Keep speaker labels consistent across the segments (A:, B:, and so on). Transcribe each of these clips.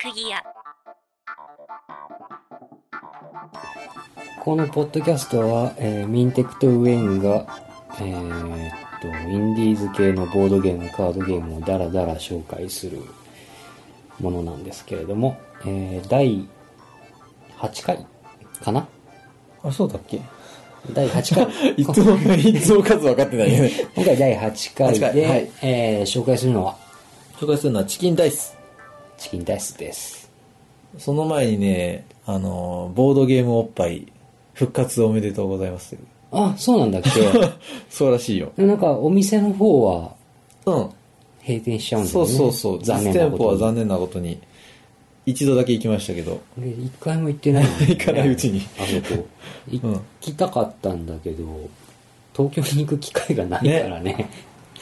A: 釘屋
B: このポッドキャストは、えーミンテクとウェンが、えーっと、インディーズ系のボードゲーム、カードゲームをダラダラ紹介するものなんですけれども、えー第8回かな
C: あ、そうだっ け
B: 第8回
C: いつも、いつも数分かってないよね。
B: 今回第8回
C: 8回
B: で、
C: はい
B: えー紹介するのは
C: 紹介するのはチキンダイス。
B: チキンダイスです。
C: その前にね、あの、ボードゲームおっぱい、復活おめでとうござい ます。
B: あ、そうなんだっけ
C: 素晴らしいよ。
B: なんかお店の方は
C: うん。
B: 閉店しちゃうんだ
C: そ
B: よ
C: う
B: ね。
C: そうそう。実
B: 残念な
C: 店
B: こ
C: 舗
B: と
C: は
B: に。
C: 残念なことに、一度だけ行きましたけど、
B: 俺一回も行ってない、ね。
C: 行かないうちに。
B: あそこ
C: うん
B: 行きたかったんだけど、東京に行く機会がないからね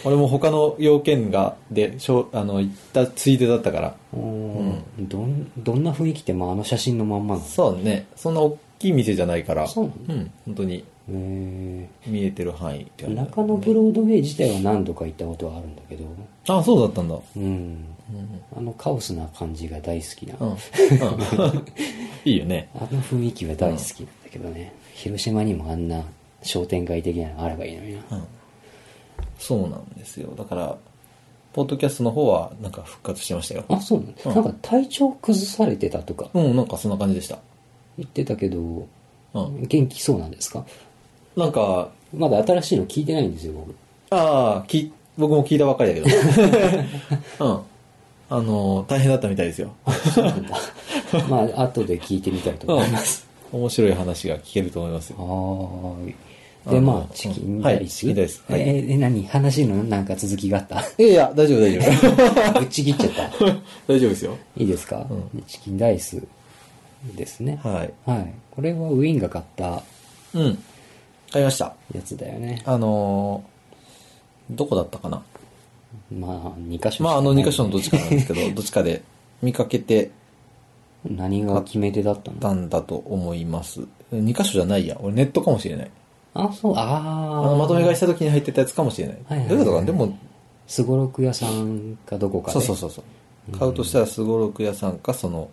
C: 俺も他の要件が、で、しょうあの、行ったついでだったから。
B: うんどんどんな雰囲気って、まあ、あの写真のまんまなの
C: そうね。そんな大きい店じゃないから。
B: そうな
C: うん。本当に
B: え
C: 見えてる範囲って感じ
B: ー、中野ブロードウェイ自体は何度か行ったことはあるんだけど
C: あ、そうだったんだ。
B: うんあのカオスな感じが大好きな、
C: うん。
B: あ
C: うんいいよね。
B: の雰囲気は大好きなんだけどね、広島にもあんな商店街的なのあればいいのにな、
C: うん。そうなんですよ。だから、ポッドキャストの方は、なんか復活してましたよ。
B: あそうなんだ、
C: うん
B: なんか体調崩されてたとか
C: うん、なんかそんな感じでした。
B: 言ってたけど
C: うん。
B: 元気そうなんですか
C: なんか、
B: まだ新しいの聞いてないんですよ 僕
C: ああ、き、僕も聞いたばっかりだけど。 うん。あの、大変だったみたいですよ。
B: まあ後で聞いてみたいと
C: うん
B: 思います、。
C: 面白い話が聞けると思いますよ。
B: はーい
C: あ
B: で
C: の
B: まあチキンダイス、
C: はいチキンダイスはい
B: えーえ何話のなんか続きがあっ
C: いやいや、大丈夫大丈夫。
B: たぶっちぎっちゃった
C: 大丈夫ですよ。
B: いいですか、
C: う
B: チキンダイスですね
C: はい。
B: はい、これはウィンが買った
C: うん。買いました。
B: やつだよね
C: あのーどこだったかな
B: まあ2箇所
C: まあ、あの2箇所の
B: の
C: どっちかなんです けど、どっちかで見かけて
B: 何が決め手だったの
C: たんだと思います。2箇所じゃないや。俺ネットかもしれない。
B: あそう
C: あ
B: ああ
C: の、まとめ買いした時に入ってたやつかもしれない
B: はいはいは。い
C: どういうことかなでも、
B: すごろく屋さんかどこかで
C: そうそうそうそう。買うとしたら、すごろく屋さんか、その、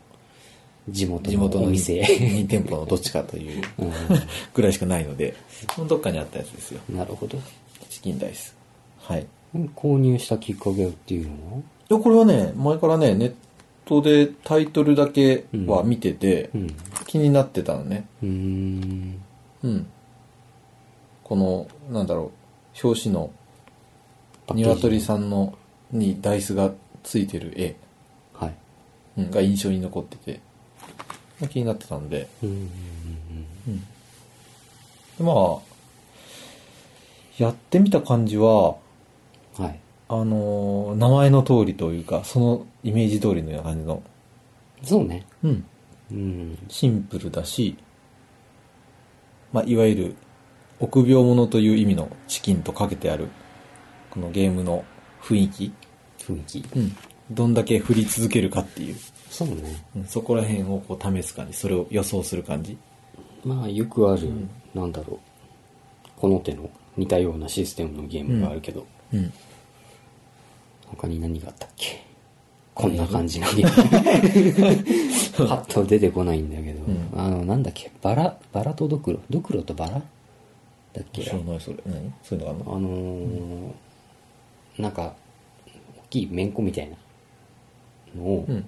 B: 地元
C: 地元
B: の
C: の
B: お店
C: 2店舗のどっちかというぐらいしかないので、そのどっかにあったやつですよ。
B: なるほど
C: チキンダイス。はい。い
B: 購入したきっかけっていうのは
C: や、これはね、前からね、ネットでタイトルだけは見てて、
B: うんう
C: 気になってたのね。
B: ーん
C: うん。この、なんだろう、表紙の、
B: パッケージ
C: 鶏さんの、にダイスがついてる絵、
B: はい
C: うん、が印象に残ってて、まあ気になってたんで、
B: うんうんうん
C: でまあ、やってみた感じは、
B: うんはい
C: あのー名前の通りというか、そのイメージ通りのような感じの、
B: そうね
C: うん、
B: うん
C: シンプルだし、まあ、いわゆる、臆病者という意味のチキンとかけてある、このゲームの雰囲気、
B: 雰囲気
C: うん、どんだけ振り続けるかっていう、
B: そうね
C: うん、そこら辺をこう試す感じ、それを予想する感じ。
B: まあよくある、なんだろうこの手の似たようなシステムのゲームがあるけど、
C: うん。
B: 他に何があったっけこんな感じのゲー ムパッと出てこないんだけど、
C: ん
B: あのなんだっけバラバラとドクロドクロとバラだっけ
C: 知らない、それ。何そういうのがある
B: あ
C: の
B: のーなんか大きいめんこみたいなのを
C: うん。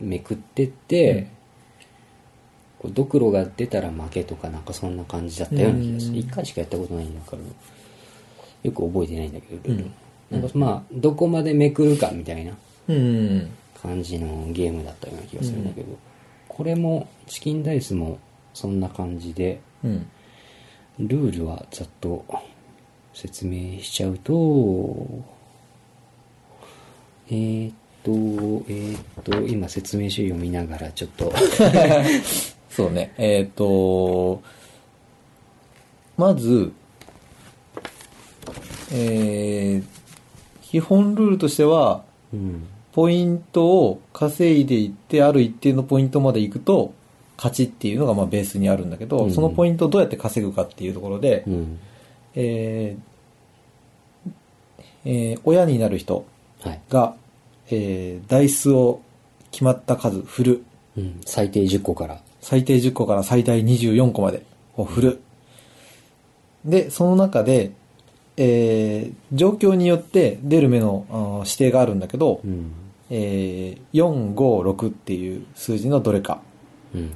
B: めくってって、こうドクロが出たら負けとかなんかそんな感じだったような気がする
C: うん
B: 一回しかやったことないんだからよく覚えてないんだけど、ルール
C: うん
B: なんかまあどこまでめくるかみたいな
C: うんうん
B: 感じのゲームだったような気がするんだけど、これもチキンダイスもそんな感じで
C: うん。うん。
B: ルールはざっと説明しちゃうと、えーっと、えーっと、今説明書読みながらちょっと、
C: そうね。えっ、と、まず、えー、基本ルールとしては、
B: うん、
C: ポイントを稼いでいって、ある一定のポイントまで行くと、勝ちっていうのがまあベースにあるんだけど、
B: うん
C: そのポイントをどうやって稼ぐかっていうところで、
B: うん、
C: えーえー親になる人
B: はい、
C: が、えー、ダイスを決まった数振る。
B: うん、最低10個から。
C: 最低10個から最大24個までを振る。で、その中で、えー、状況によって出る目のあー指定があるんだけど、
B: うん。
C: えー、4、5、6っていう数字のどれか。
B: うん。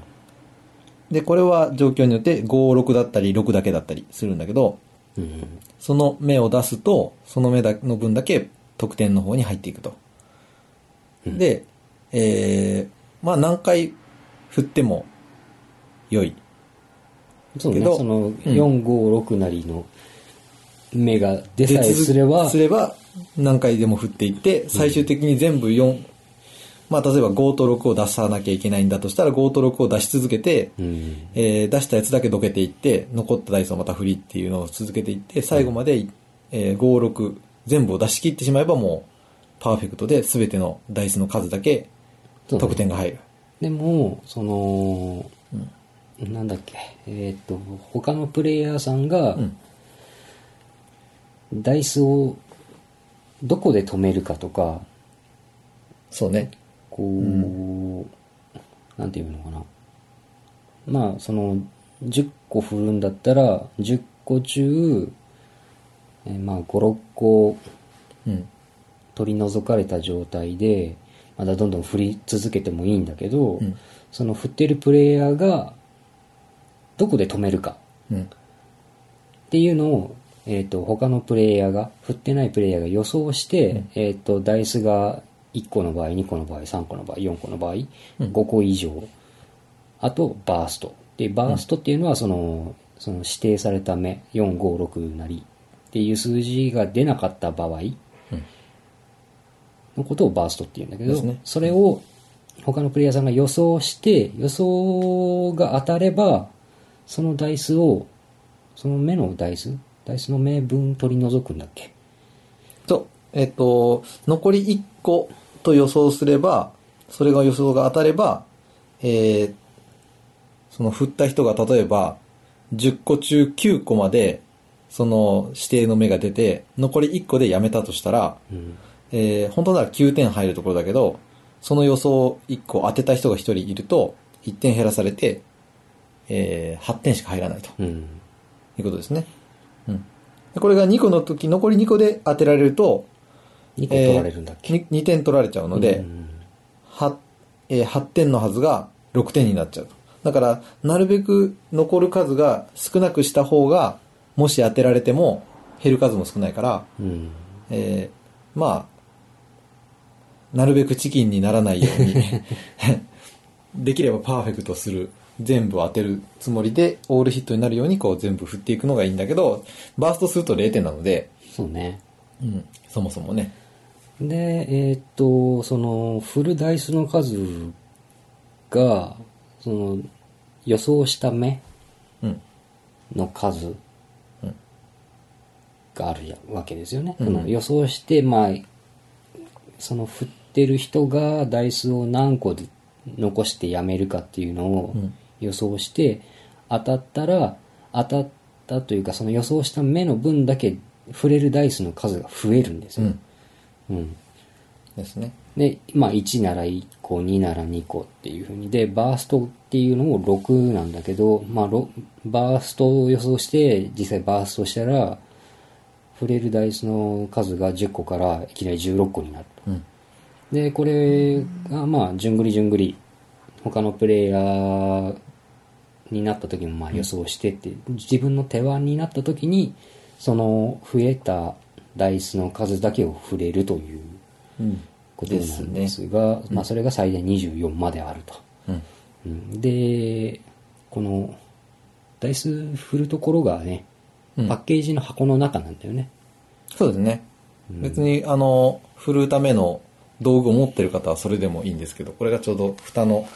C: で、これは状況によって5、6だったり、6だけだったりするんだけど、
B: うん。
C: その目を出すと、その目だの分だけ得点の方に入っていくと。
B: うん
C: で、えー、まあ何回振っても良い。
B: そうね、
C: けど
B: その、4、5、6なりの目が出さえすれば、
C: すれば何回でも振っていって、最終的に全部4、まあ例えば5と6を出さなきゃいけないんだとしたら5と6を出し続けて、
B: うん。
C: えー出したやつだけどけていって、残ったダイスをまた振りっていうのを続けていって、最後まで、えー5、6全部を出し切ってしまえばもう、パーフェクトで全てのダイスの数だけ
B: そうね
C: 得点が入る。
B: でも、その、なんだっけ、えーっと、他のプレイヤーさんが
C: う、ん。
B: ダイスをどこで止めるかとか、
C: そうね。
B: こう、なんていうのかな。まあ、その、10個振るんだったら、10個中、えーまあ、5、6個
C: うん。
B: 取り除かれた状態で、まだどんどん振り続けてもいいんだけど、
C: うん
B: その振ってるプレイヤーが、どこで止めるか
C: うん。
B: っていうのを、えっ、と、他のプレイヤーが、振ってないプレイヤーが予想して、えっ、と、ダイスが1個の場合、2個の場合、3個の場合、4個の場合、
C: うん
B: 5個以上。あと、バースト。で、バーストっていうのは、その、その指定された目、4、5、6なりっていう数字が出なかった場合のことをバーストって言うんだけ
C: で
B: ど、
C: すね
B: それを他のプレイヤーさんが予想して、予想が当たれば、そのダイスを、その目のダイスダイスの目分取り除くんだっけ
C: と、えっ、と、残り1個と予想すれば、それが予想が当たれば、えー、その振った人が例えば、10個中9個まで、その指定の目が出て、残り1個でやめたとしたら、
B: うん。
C: えー、本当なら9点入るところだけど、その予想1個当てた人が1人いると、1点減らされて、えー、8点しか入らないと。
B: うん。
C: いうことですね。うん。でこれが2個の時、残り2個で当てられると、
B: 2個取られるんだっけ、
C: えーに 2, 点取られちゃうので、
B: うん
C: はえー8点のはずが6点になっちゃうと。だから、なるべく残る数が少なくした方が、もし当てられても減る数も少ないから、
B: うん。
C: えーまあ、なるべくチキンにならないよ うに、できればパーフェクトする、全部当てるつもりで、オールヒットになるようにこう全部振っていくのがいいんだけど、バーストすると0点なので、
B: そうね。
C: うん、そもそもね。
B: で、えーっと、その、振るダイスの数が、その、予想した目
C: うん、
B: の数
C: うん
B: があるやわけですよね。
C: うん
B: その予想して、まあ、その振ってる人がダイスを何個で残してやめるかっていうのを
C: うん
B: 予想して、当たったら、当たったというか、その予想した目の分だけ振れるダイスの数が増えるんです
C: う
B: よ。
C: ん、
B: うん
C: ですね。
B: で、まあ、1なら1個、2なら2個っていう風に、で、バーストっていうのも6なんだけど、まあ、ろバーストを予想して、実際バーストしたら、触れるダイスの数が10個からいきなり16個になると。
C: うん、
B: で、これが、まあ、順繰り順繰り、他のプレイヤーになった時もまあ予想してって、自分の手腕になった時に、その増えたダイスの数だけを触れるという。
C: うん、
B: ことなんですが、まあ、それが最大24まであると、
C: うん、
B: うんでこのダイス振るところがね、
C: うん
B: パッケージの箱の中なんだよね
C: そうですね。別に、あの、振るための道具を持ってる方はそれでもいいんですけど、これがちょうど蓋の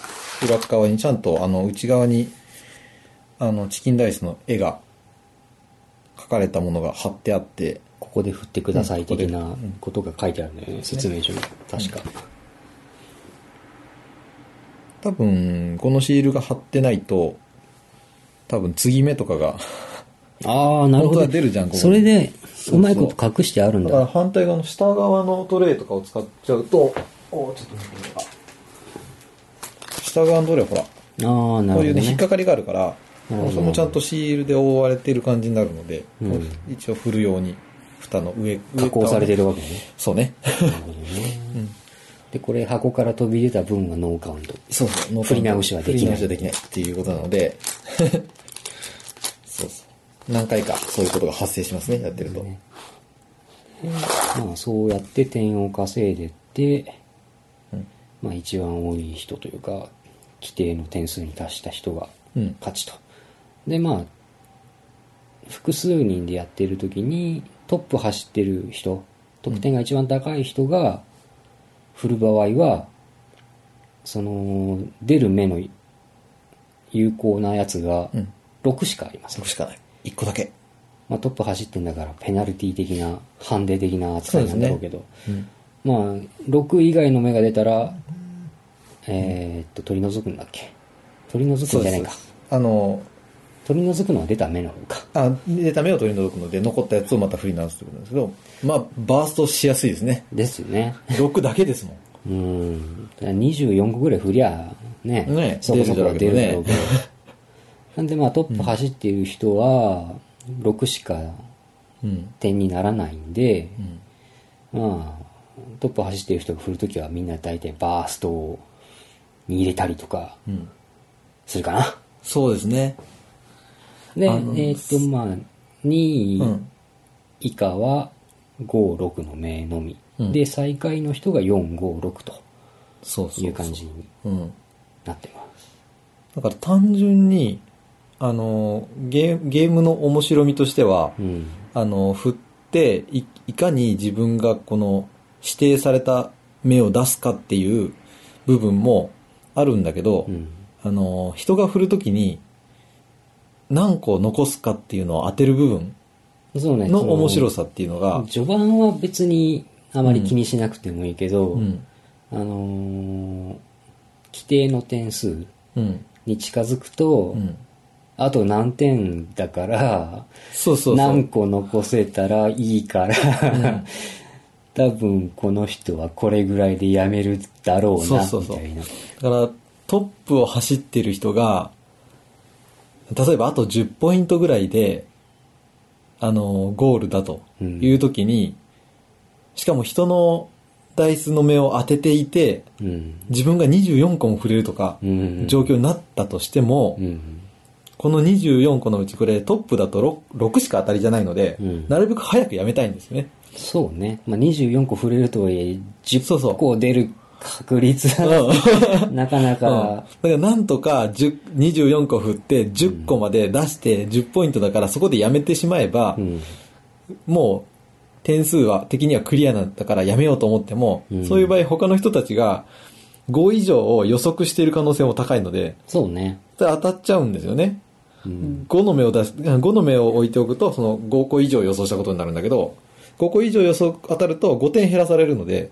C: 裏側にちゃんと、あの、内側に、あの、チキンダイスの絵が描かれたものが貼ってあって、
B: ここで振ってください的
C: うん
B: な
C: ここでうん
B: ことが書いてあるんだよね、説明書に確か、
C: 多分、このシールが貼ってないと、多分、継ぎ目とかが、
B: ああなるほ
C: 本当
B: ど
C: は出るじゃんここ
B: それで
C: そう
B: うまいこと隠してあるん
C: だから
B: だ。
C: 反対側の下側のトレイとかを使っちゃうと、おーちょっと見てみようか下側のトレイはほら、
B: ああ、な
C: こうい
B: る
C: う
B: ほど
C: ね、引
B: ね。
C: っかかりがあるから、
B: なるほど
C: もうそれもちゃんとシールで覆われてる感じになるので、
B: うん
C: こう一応振るように、蓋の上、
B: 加工されて
C: る。
B: るわけね。
C: そうね。
B: なるほどね。で、これ箱から飛び出た分はノーカウント。
C: そうそ う、
B: 振り直しはできない
C: 振り直しはできないっていうことなので、 そうそう。何回かそういうことが発生しますね、やってると。
B: まあ、そうやって点を稼いでって、
C: うん
B: まあ、一番多い人というか、規定の点数に達した人が
C: うん。
B: 勝ちと。で、まあ、複数人でやってる時に、トップ走ってる人、得点が一番高い人が、振る場合は、その、出る目の有効なやつが
C: うん。
B: 6しかありません
C: そこ。しかない。一個だけ。
B: まあ、トップ走ってんだから、ペナルティ的な、ハンデ的な扱いなんだろうけど、
C: うん。
B: まあ、6以外の目が出たら、えーっと、取り除くんだっけ取り除くんじゃないか。
C: あの、
B: 取り除くのは出た目の方か。
C: あ、出た目を取り除くので、残ったやつをまた振り直すということなんですけど、まあ、バーストしやすいですね。
B: ですよね。
C: 6だけですもん。
B: うん。だから24個ぐらい振りゃ、ね、
C: ね
B: そこそこは出
C: 出
B: る
C: る
B: だ
C: だ
B: ろ
C: ろ
B: う
C: う
B: け
C: け
B: ど
C: ど。
B: なんでまあトップ走っている人は、6しか
C: うん。
B: 点にならないんで、
C: うん。
B: まあ、トップ走っている人が振るときはみんな大体バーストに入れたりとか
C: うん。
B: するかな。
C: そうですね。
B: で、え
C: あの
B: ーっ、と、まあ、2位
C: うん。
B: 以下は5、6の名のみ。
C: うん
B: で、最下位の人が4、5、6と
C: そうそうそう。
B: いう感じに
C: うん。
B: なってます。
C: だから単純に、あの、ゲーゲームの面白みとしては、
B: うん。
C: あの、振ってい、いかに自分がこの指定された目を出すかっていう部分もあるんだけど、
B: うん。
C: あの、人が振るときに何個残すかっていうのを当てる部分
B: そうね。
C: の
B: その
C: 面白さっていうのが、
B: 序盤は別にあまり気にしなくてもいいけど、
C: うん、
B: あのー規定の点数
C: うん、
B: に近づくと、
C: うん。
B: あと何点だから、
C: そうそうそ
B: 何
C: う。
B: 個残せたらいいから、多分この人はこれぐらいでやめるだろう
C: そう
B: な、
C: そうそう
B: みたいな。
C: だから、トップを走ってる人が、例えばあと10ポイントぐらいで、あの、ゴールだというときに、しかも人のダイスの目を当てていて、
B: うん。
C: 自分が24個も振れるとか
B: う、ん。
C: 状況になったとしても、
B: うん。
C: この24個のうちこれトップだと 6, 6しか当たりじゃないので、
B: うん
C: なるべく早くやめたいんですよね。
B: そうね。まあ、24個振れるとはいえ、
C: そうそ
B: 10
C: う
B: 個出る確率は、
C: うん
B: なかな
C: うん
B: か
C: だ、からなんとか10 24個振って10個まで出して10ポイントだからそこでやめてしまえば、
B: うん。
C: もう点数は的にはクリアなんだからやめようと思っても、
B: うん
C: そういう場合他の人たちが5以上を予測している可能性も高いので、
B: そうね。
C: それ当たっちゃうんですよね。
B: うん。
C: 5の目を出す、5の目を置いておくと、その5個以上予想したことになるんだけど、5個以上予想当たると5点減らされるので、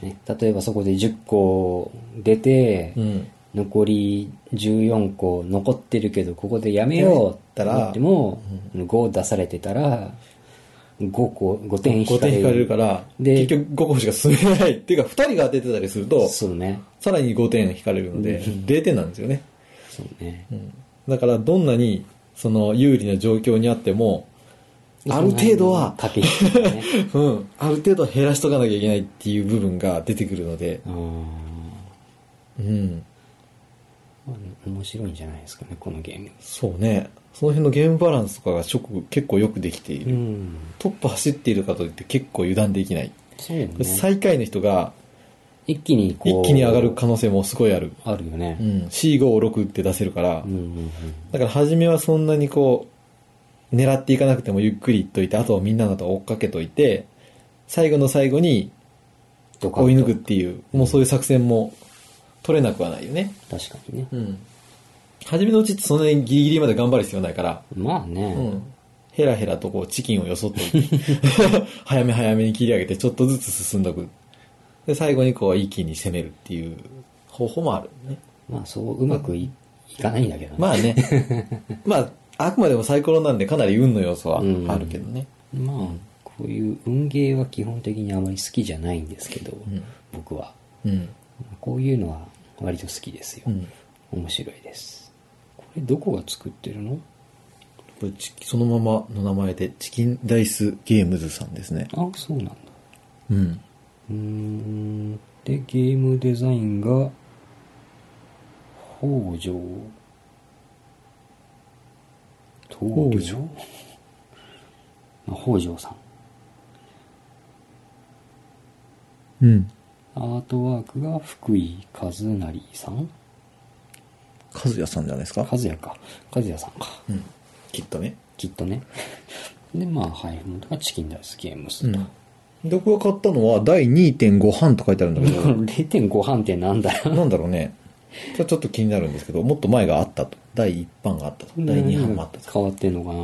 B: ね、例えばそこで10個出て、
C: うん。
B: 残り14個残ってるけど、ここでやめようって思っても、5出されてたら、5個、5点引
C: 5
B: か
C: 点
B: れ
C: 引かれる
B: る。
C: から、
B: で
C: 結局5個しか進めない。っていうか、2人が当ててたりすると、
B: そうね。
C: さらに5点引かれるので、0点なんですよね。
B: そうね。
C: うん。だから、どんなに、その、有利な状況にあっても、ある程度は、
B: 駆け引きだね。
C: うん、ある程度減らしとかなきゃいけないっていう部分が出てくるので、
B: うん
C: うん。
B: まあ面白いんじゃないですかね、このゲーム。
C: そうね。その辺のゲームバランスとかがちょく結構よくできている。
B: うん。
C: トップ走っているかといって結構油断できない。
B: そうね。
C: 最下位の人が
B: 一気にこう。
C: 一気に上がる可能性もすごいある。
B: あるよね
C: う。ん、C56 って出せるから、
B: うんうんうん。
C: だから初めはそんなにこう、狙っていかなくてもゆっくりいっといて、あとはみんなのと追っかけといて、最後の最後に
B: ドカンと
C: 追い抜くっていう、もうそういう作戦も取れなくはないよね。
B: 確かにね。
C: うん。初めのうちってそんなにギリギリまで頑張る必要ないから、
B: まあね。
C: うん。ヘラヘラとこうチキンをよそっといて、 早め早めに切り上げてちょっとずつ進んどく。で、最後にこう一気に攻めるっていう方法もあるね。
B: まあそう、うまくい,、かないんだけどね。
C: まあ ね。まあ、あくまでもサイコロなんでかなり運の要素はあるけどね。
B: まあ、ここういう運ゲーは基本的にあまり好きじゃないんですけど、
C: ん
B: 僕は。
C: うん。
B: こういうのは割と好きですよ。
C: うん。
B: 面白いです。これどこが作ってるの
C: これチキそのままの名前で、チキンダイスゲームズさんですね。
B: あ、そうなんだ。
C: うん。
B: うーん。で、ゲームデザインが、北条。
C: 北
B: 東
C: 条
B: 条まあ、北条さん。
C: うん。
B: アートワークが福井和成さん
C: カズヤさんじゃないですか
B: 和也か。和也さんか。
C: うん。きっとね。
B: きっとね。 で、まあ、配布元がチキンダイスゲームス
C: う
B: と。
C: ん。僕が買ったのは、第2.5版と書いてあるんだけ ど、
B: 0.5版ってなんだよ。
C: なんだろうね。それちょっと気になるんですけど、もっと前があったと。第1版があったと。第2版があったと。
B: 変わってんのか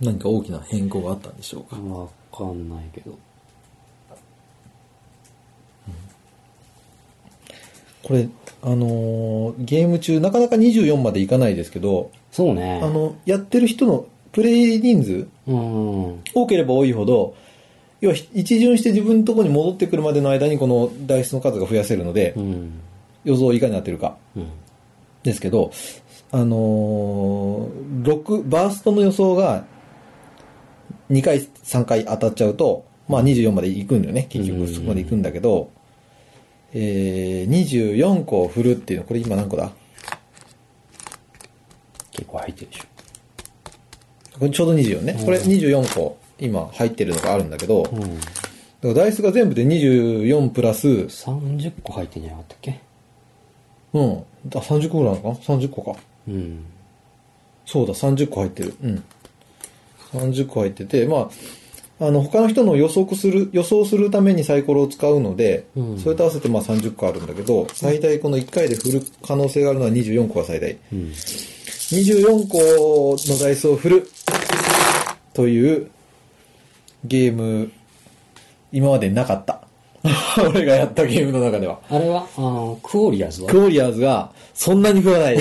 C: 何か大きな変更があったんでしょうか。
B: なわかんないけど。
C: これ、あのーゲーム中、なかなか24までいかないですけど、
B: そうね。
C: あの、やってる人のプレイ人数、
B: うん。
C: 多ければ多いほど、要は一巡して自分のところに戻ってくるまでの間にこの台数の数が増やせるので
B: う、ん。
C: 予想いかになってるか
B: うん。
C: ですけど、あのー、6、バーストの予想が2回、3回当たっちゃうと、まあ24まで行くんだよね、結
B: う
C: 局
B: ん
C: そこまで行くんだけど、えー、24個振るっていうの、これ今何個だ
B: 結構入ってるでしょ。
C: これちょうど24ね。これ
B: うん
C: 24個今入ってるのがあるんだけど、
B: う
C: だか
B: ん。
C: らダイスが全部で24プラス、
B: 30個入ってんじゃなかったっけ
C: うん。あ、30個ぐらいあるのかな ?30 個か。
B: うん。
C: そうだ、30個入ってる。うん。30個入ってて、まあ、あの、他の人の予測する、予想するためにサイコロを使うので、
B: うん
C: それと合わせてまあ30個あるんだけど、最大この1回で振る可能性があるのは24個が最大。
B: うん。
C: 24個のダイスを振るというゲーム、今までなかった。 俺がやったゲームの中では。
B: あれはあの、クオリアーズは
C: クオリアーズがそんなに振ら ない。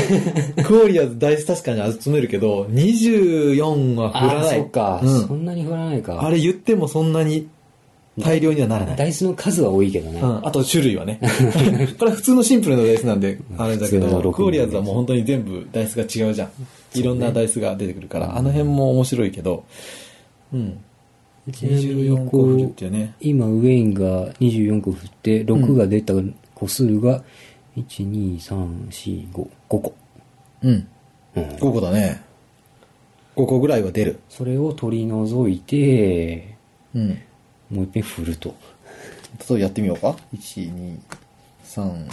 C: クオリアーズダイス確かに集めるけど、24は振ら
B: あ
C: な
B: あ、
C: い。
B: そっか、
C: うん
B: そんなに振らない
C: あ
B: か。
C: れ言ってもそんなに大量にはならない。
B: ダイスの数は多いけどね。
C: うん、あと種類はね。 これ普通のシンプルなダイスなんで、あれだけ
B: 普通の
C: ど、
B: 六人
C: クオリアーズはもう本当に全部ダイスが違うじゃん。いろんなダイスが出てくるから、
B: うん
C: あの辺も面白いけど、うん。
B: ちなみに
C: 24個振るっていうね。
B: 今、ウェインが24個振って、6が出た個数が、1、2、3、4、5、5個。
C: うん。
B: うん。
C: 5個だね。5個ぐらいは出る。
B: それを取り除いて、
C: うん。
B: もう一遍振ると。
C: 例えばやってみようか。1、2、3、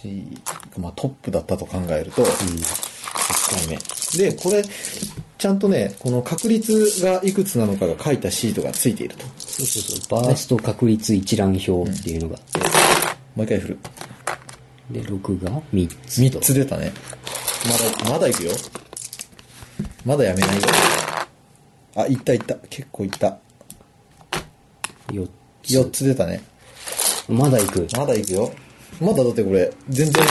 C: 4、まあトップだったと考えると、1回目。で、これ、ちゃんとね、この確率がいくつなのかが書いたシートがついていると。
B: そうそうそう。バースト確率一覧表っていうのがあって、
C: もう一回振る。
B: で、6が3つと。
C: 3つ出たね。まだ、まだいくよ。まだやめないよ。あ、いったいった。結構いった。
B: 4つ。
C: 4つ出たね。
B: まだいく。
C: まだいくよ。まだだってこれ、全然、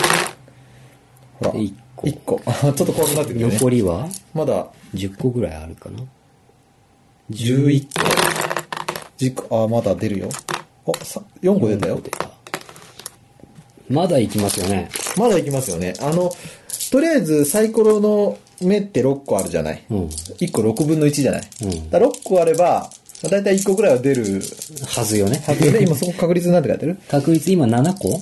C: ほら、
B: 一個
C: 一個 ちょっと怖くなってくるね
B: 残。りは
C: まだ、
B: 10個ぐらいあるかな。
C: 11個。10個、あ、まだ出るよ。あ、さ4個出たよ。
B: まだいきますよね。
C: まだいきますよね。あの、とりあえずサイコロの目って6個あるじゃない。
B: うん。
C: 1個6分の1じゃない。
B: ん
C: だ6個あれば、まあだいたい1個ぐらいは出る
B: はずよね。
C: は ずで、今そこ確率なんて書いてる
B: 確率今7個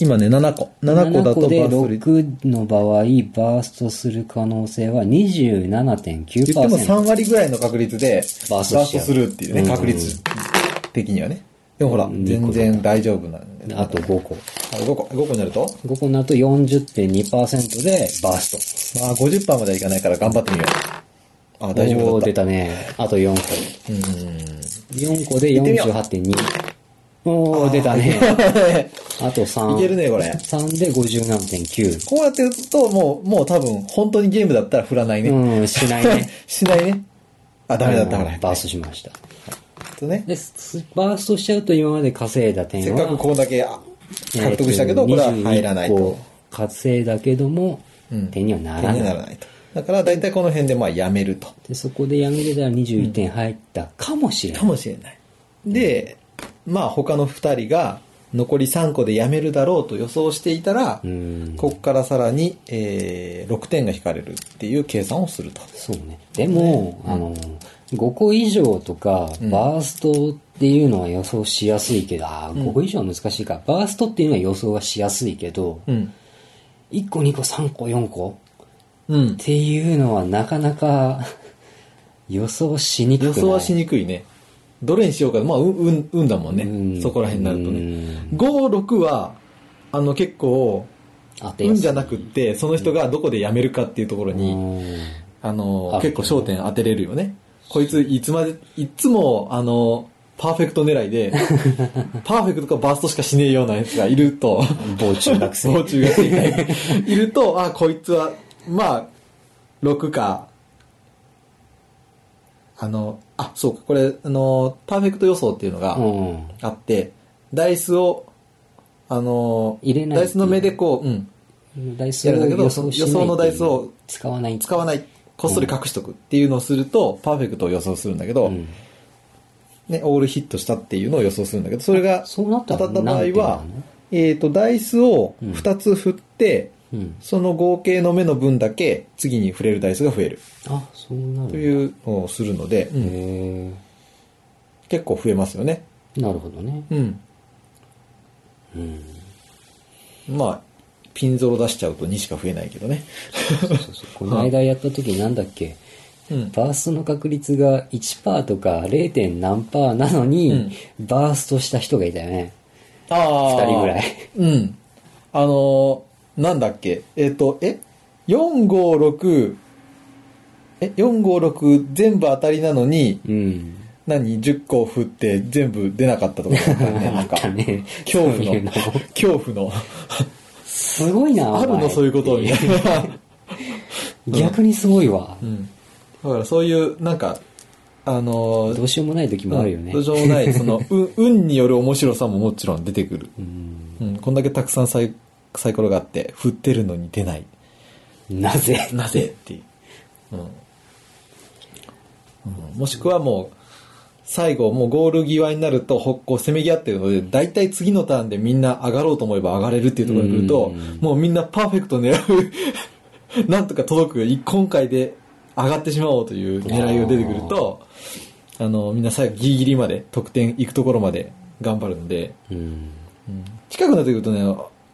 C: 今ね、7個。7個だとバ
B: で
C: ースト率。
B: 6の場合、バーストする可能性は27.9%。
C: 言っても3割ぐらいの確率で
B: バ
C: バ
B: ー
C: ー
B: ストし
C: ス
B: ち
C: ト
B: ゃう
C: するっていうね、
B: うん
C: 確率的にはね。でもほら、全然大丈夫なんで。
B: あと5個。
C: あ5個、5個になると
B: 5個になると40.2%でバース
C: まあ50%まではいかないから頑張ってみよう。あ、
B: ト。
C: 大丈
B: お
C: 夫
B: ー
C: だ
B: 出
C: った。
B: たね。あと4個。4個で
C: ってみよう
B: 48.2。おー、出たね。 あと3。
C: いけるねこれ
B: 3で57.9。
C: こうやってると、もう、もう多分、本当にゲームだったら振らないね。
B: うん、しないね。
C: しないね。あ、ダメだったから。
B: バーストしました。
C: とね。
B: で、スバーストしちゃうと今まで稼いだ点は。
C: せっかくこんだけあ
B: えー
C: 獲得したけど、これは入らない
B: 21
C: と。
B: 個稼いだけども、
C: うん
B: 手にはな
C: 手
B: ら
C: に
B: な。
C: ないらないと。だから大体この辺でまあやめると。
B: で、そこでやめれたら21点入ったかもしれない。
C: かもしれない。で、まあ他の2人が残り3個でやめるだろうと予想していたら、
B: うん
C: ここからさらに、えー6点が引かれるっていう計算をすると。
B: そうね。でも、あの、5個以上とか、バーストっていうのは予想しやすいけど、あー5個以上は難しいか。バーストっていうのは予想はしやすいけど、
C: うん。
B: 1個、2個、3個、4個
C: うん
B: っ。ていうのはなかなか 予想しにくくない
C: 予想はしにくいね。どれにしようか。まあ、うん、うん、運だもん
B: うん
C: ね。そこら辺になるとね。
B: う
C: 5、6は、あの結構、
B: 当てや
C: 運
B: すい
C: じゃなくって、その人がどこで辞めるかっていうところに、
B: うん
C: あの
B: あ
C: 結構焦点当てれるよね。こいつ、いつまで、いっつも、あのパーフェクト狙 いで、パーフェクトかバーストしかしねえようなやつがいると、
B: 某中学生
C: もう中学生以外にいると、あ、こいつは、まあ、6か、あの、あ、そうか、これ、あのパーフェクト予想っていうのが
B: うん
C: あって、ダイスを、あの
B: 入れない
C: ダイスの目でこう、うん、
B: ダイスを
C: やるんだけど
B: 予想しない
C: 予想のダイスを
B: 使わない
C: 使わない、こっそり隠しとくっていうのをすると、パーフェクトを予想するんだけど、
B: うん
C: ね、オールヒットしたっていうのを予想するんだけど、それが
B: そうなった
C: 当
B: ら
C: たった場合
B: 何点な
C: は
B: の、
C: えっ、と、ダイスを
B: うん
C: 2つ振って、
B: うん
C: その合計の目の分だけ次に触れるダイスが増える
B: あそうなる
C: というのをするので、うん
B: へ
C: 結構増えますよね。
B: えなるほどね
C: うん。
B: うん
C: まあ、ピンゾロ出しちゃうと2しか増えないけどね。
B: そうそうそうこの間やった時なんだっけ
C: うん。
B: バーストの確率が1%とか 0. 点何パーなのに、バーストした人がいたよね
C: ああ
B: 2人ぐらい。
C: うん。あのーなんだっけ、えっ、と、え ?456、え ?456 全部当たりなのに、
B: うん
C: 何 ?10 個振って全部出なか ったとかあったよね、
B: あ
C: なん
B: っ
C: か。
B: たね
C: 恐怖
B: そういう
C: の、恐怖の、
B: すごいな
C: ある
B: お前
C: のそういうことみ たいな。
B: 逆にすごいわ
C: うん。だからそういう、なんか、あのー
B: どうしようもない時もあるよ
C: うん
B: ね
C: どうしようもない、その、運運による面白さももちろん出てくる。
B: うん
C: うん、こんだけたくさんサイサイコロがあって、振ってるのに出ない。
B: なぜ
C: なぜっていう、うんもしくはもう最後もうゴール際になるとこうせめぎ合ってるので大体次のターンでみんな上がろうと思えば上がれるっていうところに来ると
B: うん
C: もうみんなパーフェクト狙う なんとか届くい今回で上がってしまおうという狙いが出てくるとあのみんな最後ギリギリまで得点いくところまで頑張るので、
B: うん
C: うん近くなってくるとね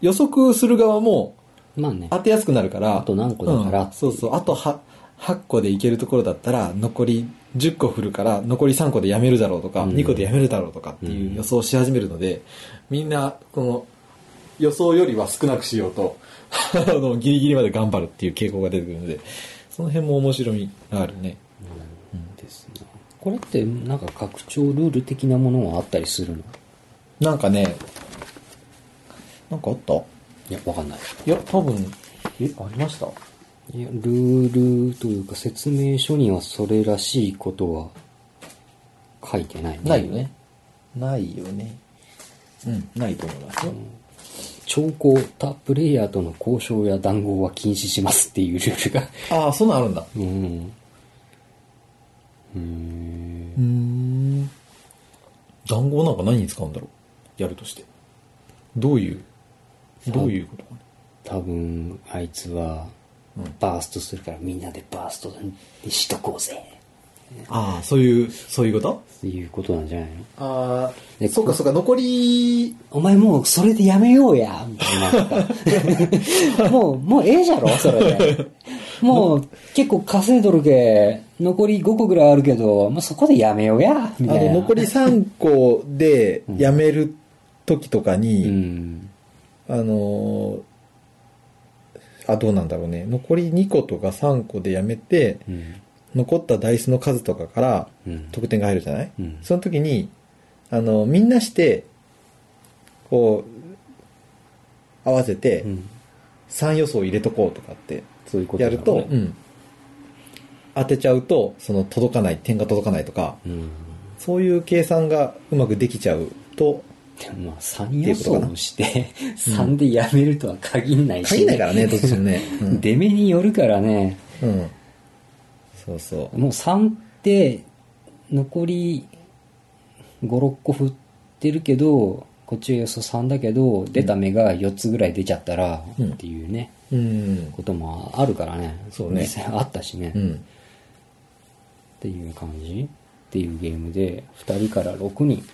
C: 予測する側も
B: まあね
C: 当てやすくなるから。
B: あと何個だから
C: うんそうそう。あとは8個でいけるところだったら、残り10個振るから、残り3個でやめるだろうとか、
B: うん
C: 2個でやめるだろうとかってい
B: うん
C: う予想をし始めるので、みんな、この、予想よりは少なくしようと、 あの、ギリギリまで頑張るっていう傾向が出てくるので、その辺も面白みがあるね。
B: ですねこれってなんか拡張ルール的なものはあったりするの
C: なんかね、なんかあったい
B: いやわかんない
C: や、多分、え、ありました
B: いやルールというか説明書にはそれらしいことは書いてない、
C: ないよね。ないよね。うん、ないと思いますよ。
B: 兆候他プレイヤーとの交渉や談合は禁止しますっていうルールが
C: ああ、そんなんあるんだ。
B: うんうん
C: うん。談合なんか何に使うんだろうやるとして。どういう、どういうことかね。
B: 多分あいつはバーストするからみんなでバーストにしとこうぜ
C: ああ、そういう、そういうこと
B: っていうことなんじゃないの
C: あ
B: え
C: あ、そっかそっか、残り、
B: お前もうそれでやめようや、みたい な。もう、もうええじゃろ、それで。もう結構稼いどるけ、残り5個ぐらいあるけど、もうそこでやめようや、
C: あ
B: みたい
C: の、
B: な。
C: 残り3個でやめる時とか
B: う
C: に、
B: ん。
C: あのー、あ、どうなんだろうね。残り2個とか3個でやめて、
B: うん。
C: 残ったダイスの数とかから
B: うん
C: 得点が入るじゃない、
B: うん
C: その時にあのみんなしてこう合わせて
B: うん
C: 3予想入れとこうとかって
B: そういうこと
C: や
B: だろ
C: る
B: うね
C: と、うん当てちゃうとその届かない点が届かないとか
B: うん。
C: そういう計算がうまくできちゃうと
B: でもまあ3予想をして、3でやめるとは限んないし、
C: 限らないからねどっちもね、うん
B: 出目によるからね、
C: うんそうそう。
B: もう3って残り56個振ってるけどこっちは予想3だけど出た目が4つぐらい出ちゃったら
C: うん
B: っていうね、
C: うん。
B: こともあるからね
C: そうね
B: 実際あったしね、
C: う
B: っ
C: ん。
B: ていう感じっていうゲームで2人から6人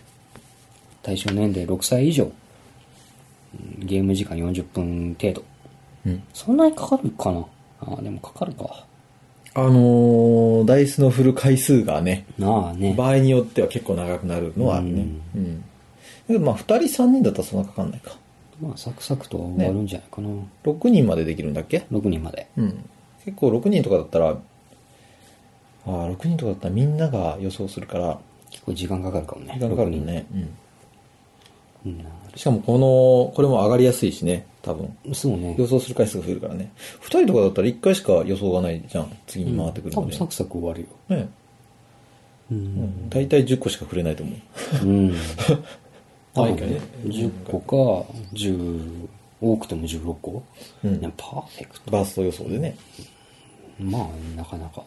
B: 対象年齢6歳以上うんゲーム時間40分程度
C: うん。
B: そんなにかかるかなあでもかかるか
C: あのー、ダイスの振る回数がね、
B: なあね
C: 場合によっては結構長くなるのはあるね。うん。でもまあ、2人3人だったらそんなかかんないか。
B: まあサクサクとは終わるんじゃないかな、
C: 6人までできるんだっけ
B: 6人まで
C: うん。結構6人とかだったら、ああ、6人とかだったらみんなが予想するから、
B: 結構時間かかるかもね
C: 時間かかるよね。うん。
B: うん
C: しかもこの、これも上がりやすいしね、多分。
B: そうね
C: 予想する回数が増えるからね。2人とかだったら1回しか予想がないじゃん。次に回ってくる
B: 多
C: の
B: 分
C: で。
B: サクサク終わるよ
C: ね。
B: う
C: うんん。大体10個しか触れないと思う。
B: うん多分
C: 毎回
B: ね
C: ね
B: 10個か10多くても16個、
C: うん
B: いやパーフェクト
C: バースト予想でね。
B: まあなかなか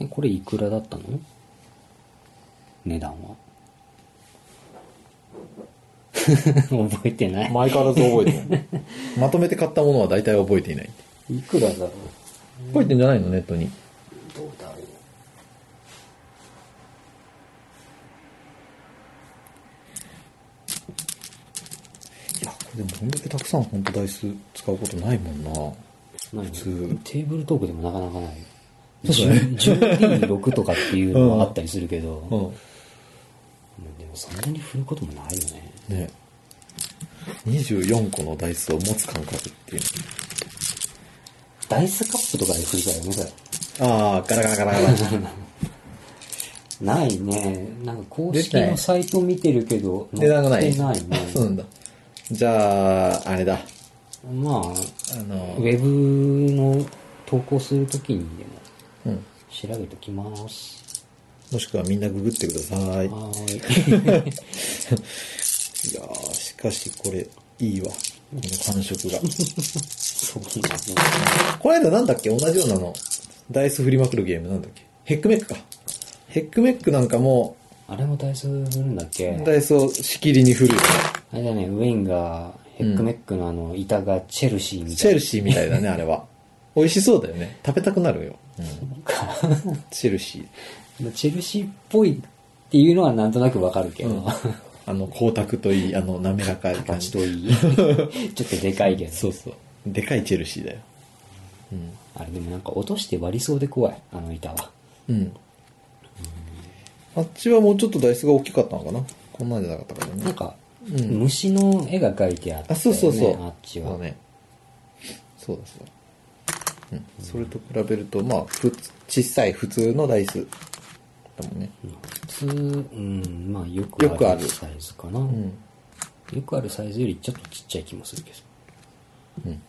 B: えこれいくらだったの値段は 覚えてない
C: 前からず覚えて ない。まとめて買ったものは大体覚えていない。
B: いくらだろう
C: 覚えてんじゃないの、ネットに。
B: どうだろう
C: いや、これでもこんだけたくさん本当台数使うことないもんな。
B: 何
C: 通
B: テーブルトークでもなかなかないよ
C: そうだね
B: 10D6 とかっていうのはあったりするけど、
C: う
B: でもそんなに振ることもないよね
C: ん。ね。24個の台数を持つ感覚っていう。
B: ダイスカップとかで振りたいよねこ
C: ああ、ガラガラガラガラ。
B: れないねなんか公
C: 出
B: 式
C: てない
B: のサイト見てるけど
C: 値段がな
B: 載
C: い。
B: ってないね
C: あそうなんだ。じゃあ、あれだ。
B: まあ
C: あ
B: ウ
C: の、
B: ェブの投稿するときにでも
C: うん。
B: 調べときます
C: もしくはみんなググってください。いや
B: はーい
C: ー、しかしこれ、いいわ。この感触が。
B: そうですね
C: この間なんだっけ同じようなの。ダイス振りまくるゲームなんだっけヘックメックか。ヘックメックなんかも、
B: あれもダイス振るんだっけ
C: ダイスをしきりに振るよね。
B: あれだね、ウェインが、ヘックメックのあの、板がチェルシーみ
C: チ
B: た
C: ェ
B: い
C: ルシーみたいだね、あれは。美味しそうだよね。食べたくなるよ。うん、 チェルシー。
B: な。チェルシーっぽいっていうのはなんとなくわかるけど、
C: あの、光沢といい、あの、滑らかい感
B: 形
C: じ。
B: といい。 ちょっとでかいけど。
C: そうそう。でかいチェルシーだよ。
B: あれでもなんか落として割りそうで怖い、あの板は。
C: うん。あっちはもうちょっと台数が大きかったのかなこんなんじゃなかったから
B: な
C: ね
B: ん。か、虫の絵が描いてあったよね、
C: あ、そうそうそう。
B: あっち
C: そう
B: は。
C: だね。そうだそうだ。うん。それと比べると、まあ、ふつ、小さい普通の台数だもんね。
B: 普通、うん、まあよく
C: よく
B: あ
C: あ
B: る
C: る
B: サイズかな。
C: うん。
B: よくあるサイズよりちょっとちっちゃい気もするけど。
C: うん。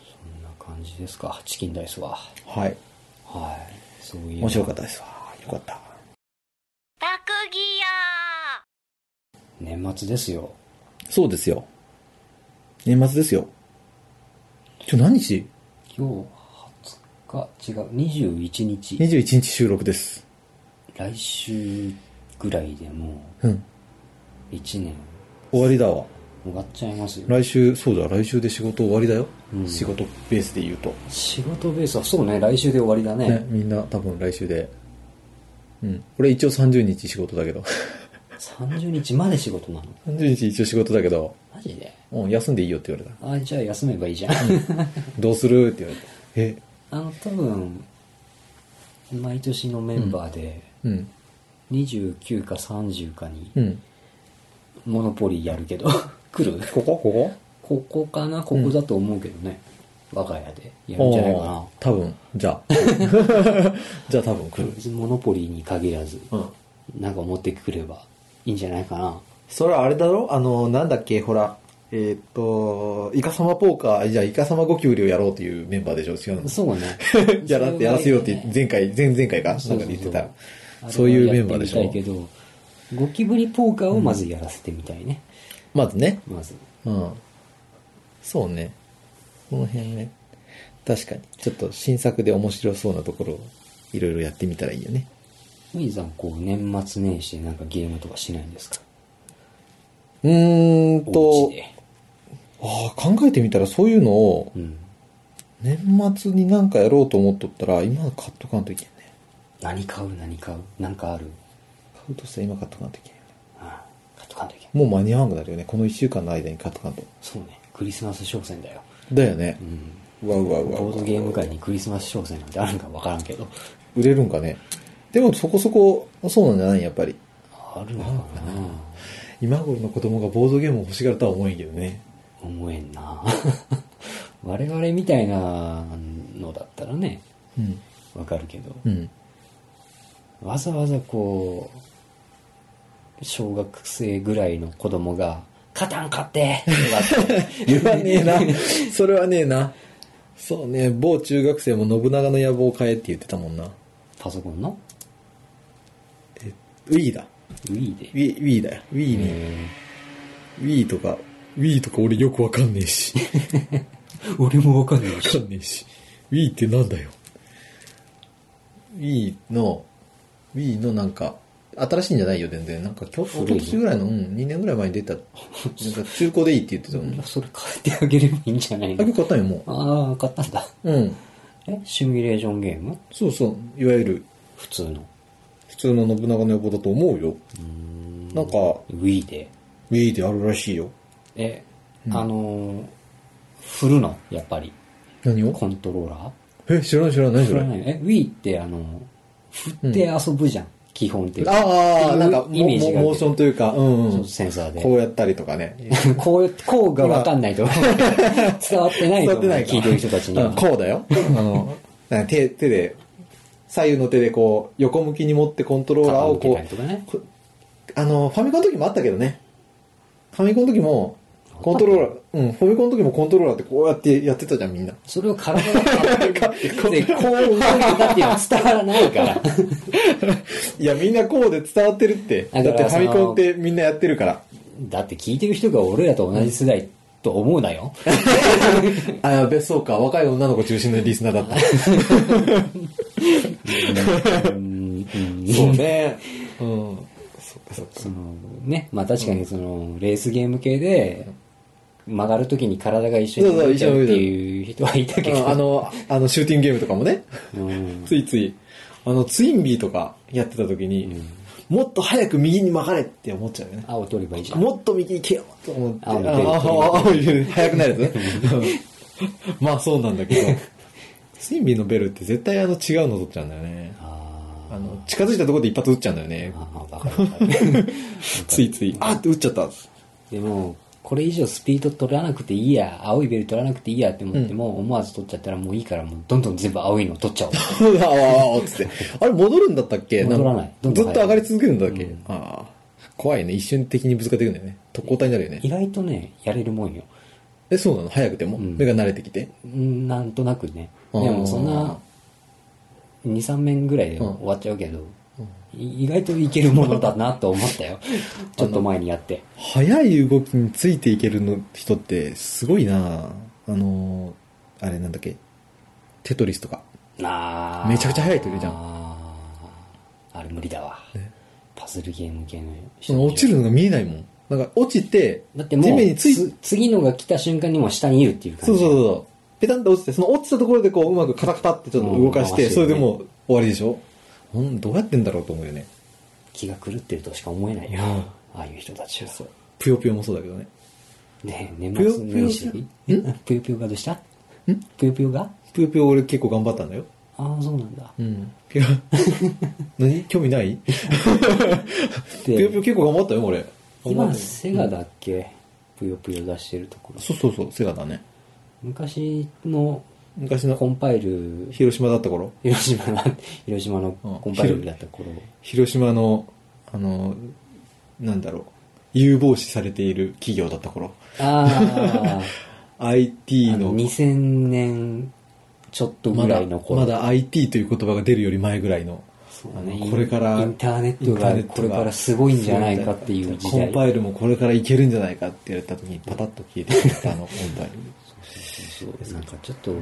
B: そんな感じですか、チキンダイスは。
C: はい。
B: はい。そういう。
C: 面白かったですわ。よかった。
A: 特技よ
B: 年末ですよ。
C: そうですよ。年末ですよ。今日何日
B: 今日20日、違う、21日、
C: ?21 日収録です。
B: 来週ぐらいでも
C: うん。
B: う1年
C: 終わりだわ。
B: 終わっちゃいますよ。
C: 来週、そうだ、来週で仕事終わりだよ。仕事ベースで言うと。
B: 仕事ベースは、そうね、来週で終わりだね。
C: ね、みんな多分来週で。うん。俺一応30日仕事だけど。
B: 30日まで仕事なの
C: 30日一応仕事だけど、
B: マジで
C: うん、休んでいいよって言われた。
B: あ、じゃあ休めばいいじゃん。
C: どうするって言われた。え、
B: あの、多分、毎年のメンバーで、
C: うん。
B: 29か30かに
C: う、ん。
B: モノポリーやるけど、 来る
C: ここここ
B: ここかなここだと思うけどね。我が家でやるんじゃないかな
C: おー。多分、じゃあ。 じゃあ多分来る。
B: 別にモノポリーに限らず、
C: うん。
B: なんか持ってくればいいんじゃないかな。
C: それはあれだろあの、なんだっけ、ほら。えーっと、イカ様ポーカー、じゃあイカ様ゴキブリをやろうというメンバーでしょ違うの。
B: そう ね
C: やらってやらせようって前回、前々回かなんか
B: そうそうそう
C: で言ってた。そういうメンバーでし
B: あれはや
C: ょ
B: ってみたいけど、ゴキブリポーカーをまずやらせてみたいね。
C: まずね。
B: まず。
C: うん。そうね。この辺ね。確かに。ちょっと新作で面白そうなところをいろいろやってみたらいいよね。
B: ウィーさん、こう、年末年始でなんかゲームとかしないんですか
C: うーん
B: お
C: と
B: 家、で。
C: ああ、考えてみたらそういうのを
B: うん。
C: 年末になんかやろうと思っとったら、今買っとかんといけんね。
B: 何買う何買うなんかある
C: 買うとしたら今買っとかんといけんよね。
B: ああ、買っとかんといけん。
C: もう間に合わんくなるよね。この1週間の間に買っとかんと。
B: そうね。クリスマス商戦だよ。
C: だよね
B: う。ん。
C: うわうわうわう
B: ボード
C: わ。
B: ゲーム界にクリスマス商戦なんてあるんかわからんけど。
C: 売れるんかね。でもそこそこ、そうなんじゃないやっぱり。
B: あるのかな
C: 今頃の子供がボードゲームを欲しがるとは思えんけどね。
B: 思えんな 我々みたいなのだったらね、
C: うん。
B: わかるけど、
C: うん。
B: わざわざこう、小学生ぐらいの子供が、カタン買 ってとかって
C: 言わねえ な。それはねえな。そうね、某中学生も信長の野望を変えって言ってたもんな。
B: パソコンの
C: え、Wii だ。
B: Wii で。
C: Wii, Wii だよ。Wii に、
B: え
C: Wii とか、Wii とか俺よくわかんねえし。
B: ー俺もわかんない
C: わかんねえし。Wii ってなんだよ。Wii の、Wii のなんか、新しいんじゃないよ、全然。なんか、今日、一
B: 古い
C: 昨年ぐらいの、うん、2年ぐらい前に出た、なんか中古でいいって言ってたもん。あ、
B: それ変えてあげればいいんじゃない
C: 今日
B: の
C: 買ったんよ、も
B: ああ、買ったんだ。
C: う。うん。
B: えシミュレーションゲーム
C: そうそう。いわゆる、
B: 普通の。
C: 普通の信長の野望だと思うよ。なんか、
B: Wii で。
C: Wii であるらしいよ。
B: え、あのー振るのやっぱり。
C: 何を
B: コントローラ
C: え、知らない知らない、何
B: ー
C: そ
B: 振
C: れ
B: ら。ないえ、Wii ってあのー振って遊ぶじゃん。基本的に。
C: ああ、なんか、
B: っていうイ
C: モ
B: メージがある
C: モーションというか、うんう
B: そ
C: ん
B: う。センサーで。
C: こうやったりとかね。
B: こうやって、こうがわかんないと思う。 伝わってないと
C: 座っ
B: 思
C: て
B: う。
C: ないか
B: 聞いてる人たちに
C: うん
B: は。
C: こうだよ。あの、なんか手、手で、左右の手でこう、横向きに持ってコントローラーを
B: 傾け
C: こ
B: たりとかね。
C: う、あの、ファミコンの時もあったけどね。ファミコンの時も、コントローラー、うん、ファミコンの時もコントローラーってこうやってやってたじゃん、みんな。
B: それを体が変わってるで、こう動いてたっていうのは伝わらないから。
C: いや、みんなこうで伝わってるって。だ
B: だ
C: っ
B: か
C: て
B: ら
C: ファミコンってみんなやってるから。
B: だって聞いてる人が俺らと同じ世代と思うなよ。
C: あ、別そうか。若い女の子中心のリスナーだった。
B: うんうん
C: そうね。うん。そっかそっか。
B: そのね、まあ確かにその、レースゲーム系で、曲がるときに体が一緒に動いちゃうっていう人はいたけ
C: うん
B: ど、
C: あの、あの、シューティングゲームとかもね、
B: うん、
C: ついつい、あの、ツインビーとかやってた時に、もっと早く右に曲がれって思っちゃうよね。
B: 青取ればいいじゃん。
C: もっと右行けよと思って、あ
B: 青
C: あ
B: の手
C: あああ早くなるやつね まあそうなんだけど、ツインビーのベルって絶対あの違うの取っちゃうんだよね。
B: あ
C: あの、近づいたところで一発撃っちゃうんだよね
B: ー。あー、わかるわかる。
C: ついつい、あーって撃っちゃった。
B: でも、これ以上スピード取らなくていいや、青いベル取らなくていいやって思っても、思わず取っちゃったらもういいから、もうどんどん全部青いの取っちゃおう。
C: あわあわあ つって。あれ戻るんだったっけ
B: 戻らない
C: んか
B: どん
C: ず
B: ど
C: っ
B: ん
C: と
B: 入る
C: 上がり続けるんだっけ、ああ。怖いね。一瞬的にぶつかっていくんだよね。特攻隊になるよね
B: 意。外とね、やれるもんよ。
C: え、そうなの早くても、
B: ん
C: 目が慣れてきて。
B: うんなんとなくね。
C: あ
B: で
C: ー
B: もそんな、2、3面ぐらいで終わっちゃうけど、い意外といけるものだなと思ったよ。ちょっと前にやって。
C: 早い動きについていけるの人って、すごいなあのー、あれなんだっけテトリスとか。
B: なあ
C: めちゃくちゃ早いといるじゃん
B: あーあれ無理だわ。パズルゲーム系の
C: その落ちるのが見えないもん。なんか落ちて、
B: だってもう、
C: 地面につい、そう
B: つ次のが来た瞬間にもう下にいるっていう感じ。
C: そうそうそう。ペタンと落ちて、その落ちたところでこう、うまくカタカタってちょっと動かして、
B: うん
C: それでもう終わりでしょうん、どうやってんだろうと思うよね。
B: 気が狂ってるとしか思えないよ。ああいう人たちは。
C: ぷよぷよもそうだけどね。
B: ねえ年末年始
C: ぷよ
B: ぷよぷよがどうしたぷよぷよが
C: ぷよぷよ俺結構頑張ったんだよ。
B: ああ、そうなんだ。
C: うん。ぷよ 何興味ないぷ
B: で
C: よぷよ結構頑張ったよ、俺。
B: 今、
C: 頑張ったよ
B: セガだっけ、ぷよぷよ出してるところ。
C: そうそうそう、セガだね。
B: 昔の
C: 昔
B: コ
C: の
B: ンパイル、
C: 広島だった頃
B: 広島 な、広島の
C: うん
B: コンパイルだった頃、
C: 広島の、あの、なんだろう、有望視されている企業だった頃。
B: あー
C: IT
B: あの、
C: の、
B: 2000年ちょっと
C: ま
B: ぐら
C: だ
B: いの、頃。
C: まだ IT という言葉が出るより前ぐらいの、
B: そう
C: あ
B: ね
C: のこれから、
B: インターネットが
C: インターネット
B: これからすごいんじゃないかっていう時代
C: コンパイルもこれからいけるんじゃないかって言われた時に、パタッと消えてしまったあの、コンパイル。
B: そうそうなんかちょっと、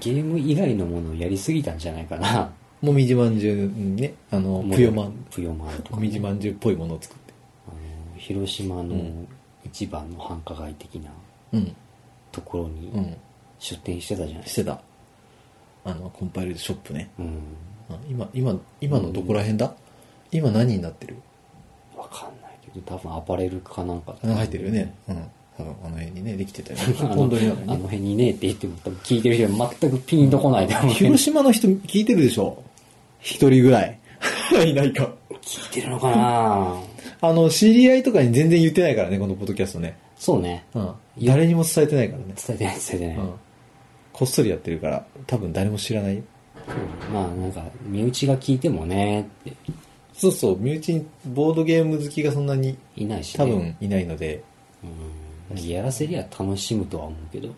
B: ゲーム以外のものをやりすぎたんじゃないかな。
C: もみじまんじゅうにね、あの、ぷよまん、
B: ぷよまんとか、
C: もみじまんじゅうっぽいものを作って。
B: あの広島
C: う
B: の
C: ん
B: 一番の繁華街的な
C: うん。
B: ところ
C: う
B: に
C: ん。
B: 出店してたじゃないで
C: し
B: すか。
C: てた。あの、コンパイルショップね。
B: うん。
C: あ今、今、今のどこら辺だ、今何になってる
B: わかんないけど、多分アパレルかなんかだと思
C: あの
B: う
C: 入ってるよね。うん。多分あの辺にね、できてたよね。
B: あの
C: 今度になる
B: あの
C: ね。
B: 辺にねって言っても多分聞いてる人は全くピンとこないと思うけど
C: 広島の人聞いてるでしょ一人ぐらい。 いないか。
B: 聞いてるのかな
C: あの、知り合いとかに全然言ってないからね、このポッドキャストね。
B: そうね。
C: うん。誰にも伝えてないからね。
B: 伝えてない伝えてない。
C: うん。こっそりやってるから、多分誰も知らないよ。
B: まあなんか、身内が聞いてもねって
C: そうそう、身内にボードゲーム好きがそんなに
B: いないしね。
C: 多分いないので、
B: うん。やらせりゃ楽しむとは思うけど、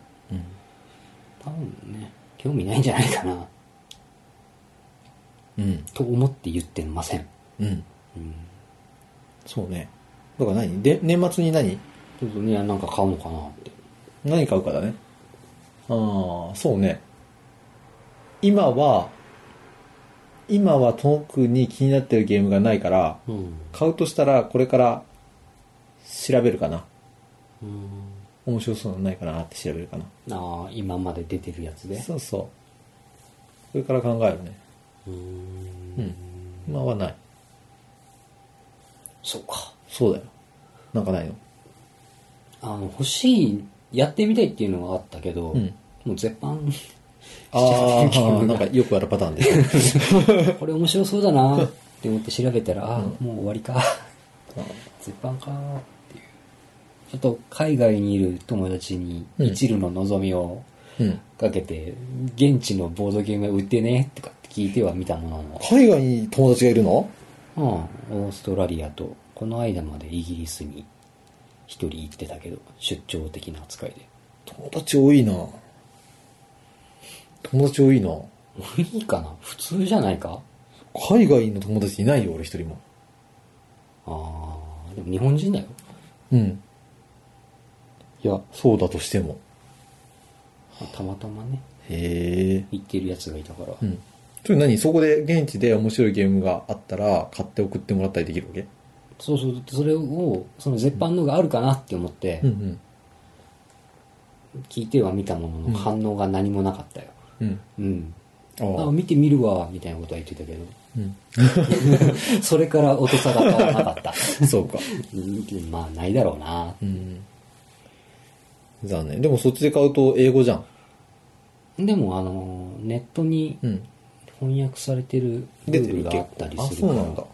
B: 多分ね、興味ないんじゃないかな。
C: うん。
B: と思って言ってません。
C: うん。
B: うん。
C: そうね。だから何で、年末に何
B: ちょっとね、なんか買うのかなって。
C: 何買うかだね。ああ、そうね。今は、今は特に気になってるゲームがないから、
B: うん。
C: 買うとしたらこれから調べるかな。
B: うん。
C: 面白そうなのないかなって調べるかな。
B: ああ、今まで出てるやつで。
C: そうそう。これから考えるね。
B: うん。
C: うん。今はない。
B: そうか。
C: そうだよ。なんかないの
B: あの、欲しい、やってみたいっていうのがあったけど、
C: うん
B: もう絶版、
C: ああ、なんかよくあるパターンです。
B: これ面白そうだなって思って調べたら、あーもう終わりか。絶版かっていう。ちょっと海外にいる友達に
C: うん
B: 一縷の望みを
C: うん。
B: かけて、現地のボードゲームは売ってねとかって聞いては見たも
C: 海外に友達がいるの
B: のの、うん、オーストラリアと、この間までイギリスに一人行ってたけど、出張的な扱いで。
C: 友達多いな友達多いない
B: いかな普通じゃないか
C: 海外の友達いないよ、俺一人も。
B: ああ、でも日本人だよ。
C: うん。いや、そうだとしても。
B: たまたまね、
C: へえ。
B: 行ってるやつがいたから。
C: うん。それ何そこで現地で面白いゲームがあったら買って送ってもらったりできるわけ
B: そうそう、それを、その絶版のがあるかなって思って、
C: ん
B: 聞いては見たものの反応が何もなかったよ。
C: うん。うん。
B: うん。
C: あ
B: あ
C: あ。
B: 見てみるわ、みたいなことは言ってたけど、
C: うん。
B: それから音沙汰はなかった。
C: そうか。
B: うんまあ、ないだろうな。
C: うん。残念。でもそっちで買うと英語じゃん。
B: でも、あの、ネットに
C: ん。
B: 翻訳されてるル
C: 出て
B: ール
C: る
B: があったりす
C: あ、
B: る
C: そう
B: から
C: なんだ。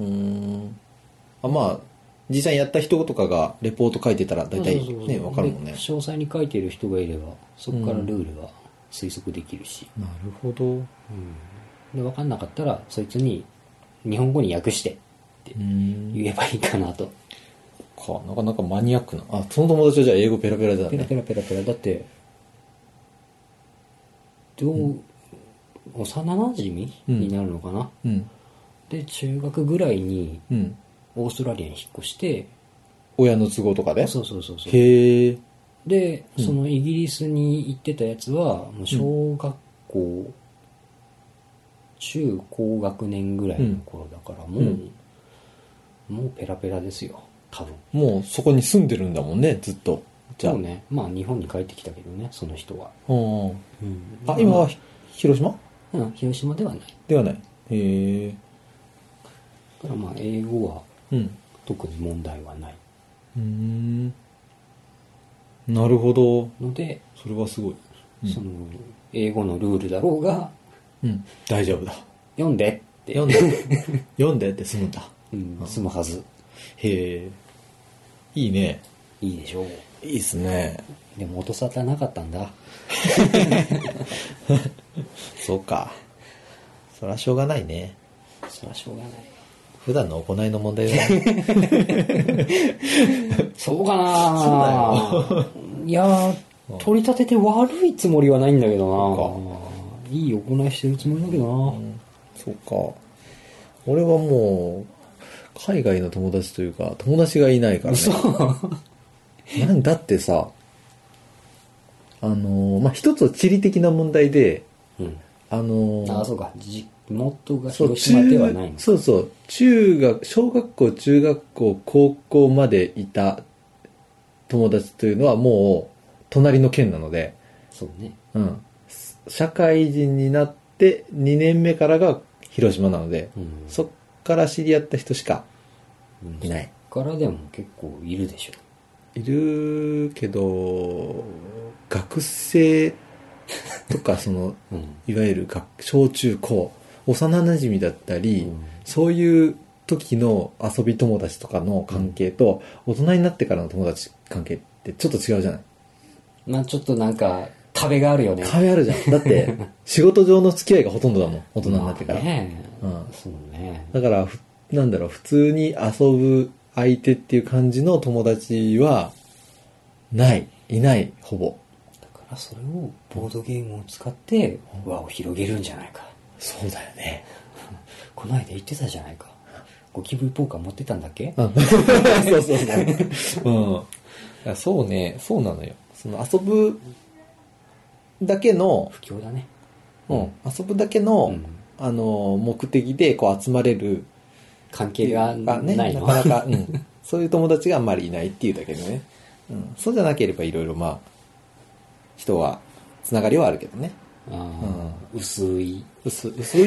C: うーん。あ、まあ、実際やった人とかがレポート書いてたら大体
B: そうそうそう
C: ね、わかるもんね
B: で。詳細に書いてる人がいれば、そこからルールは推測できるし。
C: なるほど。う
B: で、分かんなかったら、そいつに、日本語に訳してって
C: ーん。
B: 言えばいいかなと。
C: か、なかなかマニアックな。あ、その友達はじゃあ英語ペラペラだ
B: ペラ
C: ね。
B: ペラペラペラ。だって、どう、幼馴染み
C: うん
B: になるのかな、
C: うん。
B: で、中学ぐらいに、
C: うん。
B: オーストラリアに引っ越して、
C: 親の都合とかで
B: そうそうそうそう。
C: へえ。
B: で、そのイギリスに行ってたやつは、もう小学校、中高学年ぐらいの頃だから、もう、もうペラペラですよ、多分。
C: もうそこに住んでるんだもんね、ずっと。じゃあ。
B: そうね。まあ日本に帰ってきたけどね、その人は。
C: うん。
B: うん。
C: あ、今はひ広島
B: うん、広島ではない。だ
C: ではない。へえ。
B: からまあ英語は
C: うん。
B: 特に問題はないう
C: ーん。なるほど。
B: ので、
C: それはすごい。
B: その、英語のルールだろうが、
C: うん。大丈夫だ。
B: 読んでって、
C: 読んで。読んでって済むんだ。
B: うん、済むはず。
C: へえ。いいね。
B: いいでしょう。
C: いいですね。
B: でも音沙汰なかったんだ。
C: そうか。そらしょうがないね。
B: そりゃしょうがない。
C: 普段の行いの問題だね。
B: そうかなそうだよ。いやー、取り立てて悪いつもりはないんだけどな。いい行いしてるつもりだけどな。
C: そうか。俺はもう、海外の友達というか、 友達がいないからね。なんだってさ、あのーまあ、一つは地理的な問題で、
B: うん。
C: あのー
B: ああ、そうか。じ元が
C: そう、
B: 広島ではない
C: 中そうそう、中学、小学校、中学校、高校までいた友達というのはもう、隣の県なので、
B: そうね。
C: うん。社会人になって2年目からが広島なので、
B: うん。
C: そっから知り合った人しか
B: うん
C: いない。
B: そっからでも結構いるでしょ。
C: いるけど、学生と か、その、
B: うん。
C: いわゆる学小中高、幼馴染だったり、
B: うん
C: そういう時の遊び友達とかの関係と、大人になってからの友達関係ってちょっと違 うじゃない
B: まあちょっとなんか、壁があるよね。
C: 壁あるじゃん。だって、仕事上の付き合いがほとんどだもん、大人になってから。
B: まあね
C: うん
B: そうね。
C: だから、ふなんだろう、普通に遊ぶ相手っていう感じの友達は、ない、いない、ほぼ。
B: だからそれをボードゲームを使って輪を広げるんじゃないか。
C: そうだよね。
B: この間言ってたじゃないか。ゴキブリポーカー持ってたんだっ け
C: うんそうそうそう。うんいや。そうね、そうなのよ。その遊ぶだけの、
B: 不況だね。
C: うん、遊ぶだけの、
B: うん
C: あの、目的でこう集まれる
B: 関係が
C: ね、
B: ないの。
C: なかなか、うん、 そういう友達があんまりいないっていうだけでね、うん、そうじゃなければいろいろまあ人はつながりはあるけどね
B: あー薄い。
C: 薄薄い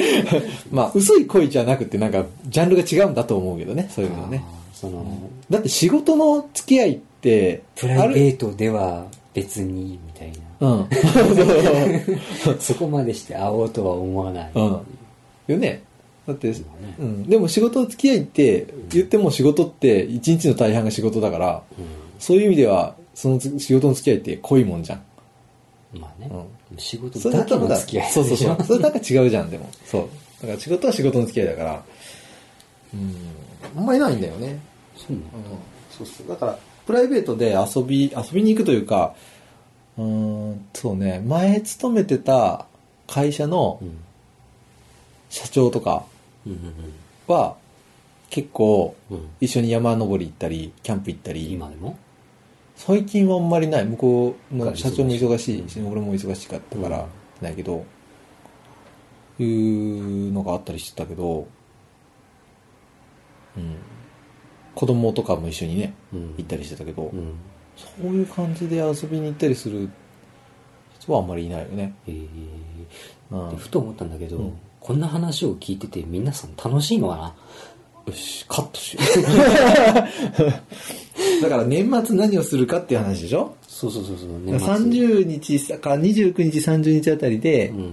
C: まあ薄い恋じゃなくてなんかジャンルが違うんだと思うけどねそういうのはね
B: あーその、
C: だって仕事の付き合いって
B: プライベ
C: ある
B: ートでは別に、みたいな。
C: うん そうそう
B: そこまでして会おうとは思わない。
C: そう、うん、よねだって、
B: そうね
C: うん、でも仕事の付き合いって言っても仕事って一日の大半が仕事だから、
B: う
C: そういう意味では、その仕事の付き合いって濃いもんじゃん。
B: んまあね、
C: う
B: 仕事
C: それ
B: だ
C: だ
B: け
C: とま
B: の
C: だ、
B: 付き合いでし
C: そ
B: ょ
C: うそうそう。それなんか違うじゃん、でも。そう。だから仕事は仕事の付き合いだから、うん、あんまりないんだよね。
B: そうなの
C: うん。そうそう。だから、プライベートで遊び、遊びに行くというか、うーん、そうね、前勤めてた会社の
B: うん
C: 社長とか
B: うん
C: は、結構、
B: うんうん
C: 一緒に山登り行ったり、キャンプ行ったり、
B: 今でも
C: 最近はあんまりない向こうの社長も忙しいし俺も忙しかったか
B: う
C: ら
B: ん
C: ないけど、いうのがあったりしてたけど、うん、子供とかも一緒にね
B: うん
C: 行ったりしてたけど、
B: うん
C: そういう感じで遊びに行ったりする人はあんまりいないよね、
B: えー
C: うん、
B: で
C: よ
B: ふと思ったんだけど、
C: うん
B: こんな話を聞いてて皆さん楽しいのかな
C: しカットしよう だから年末何をするかっていう話でしょ
B: そうそうそうそう年末
C: 30日か29日30日あたりで、
B: うん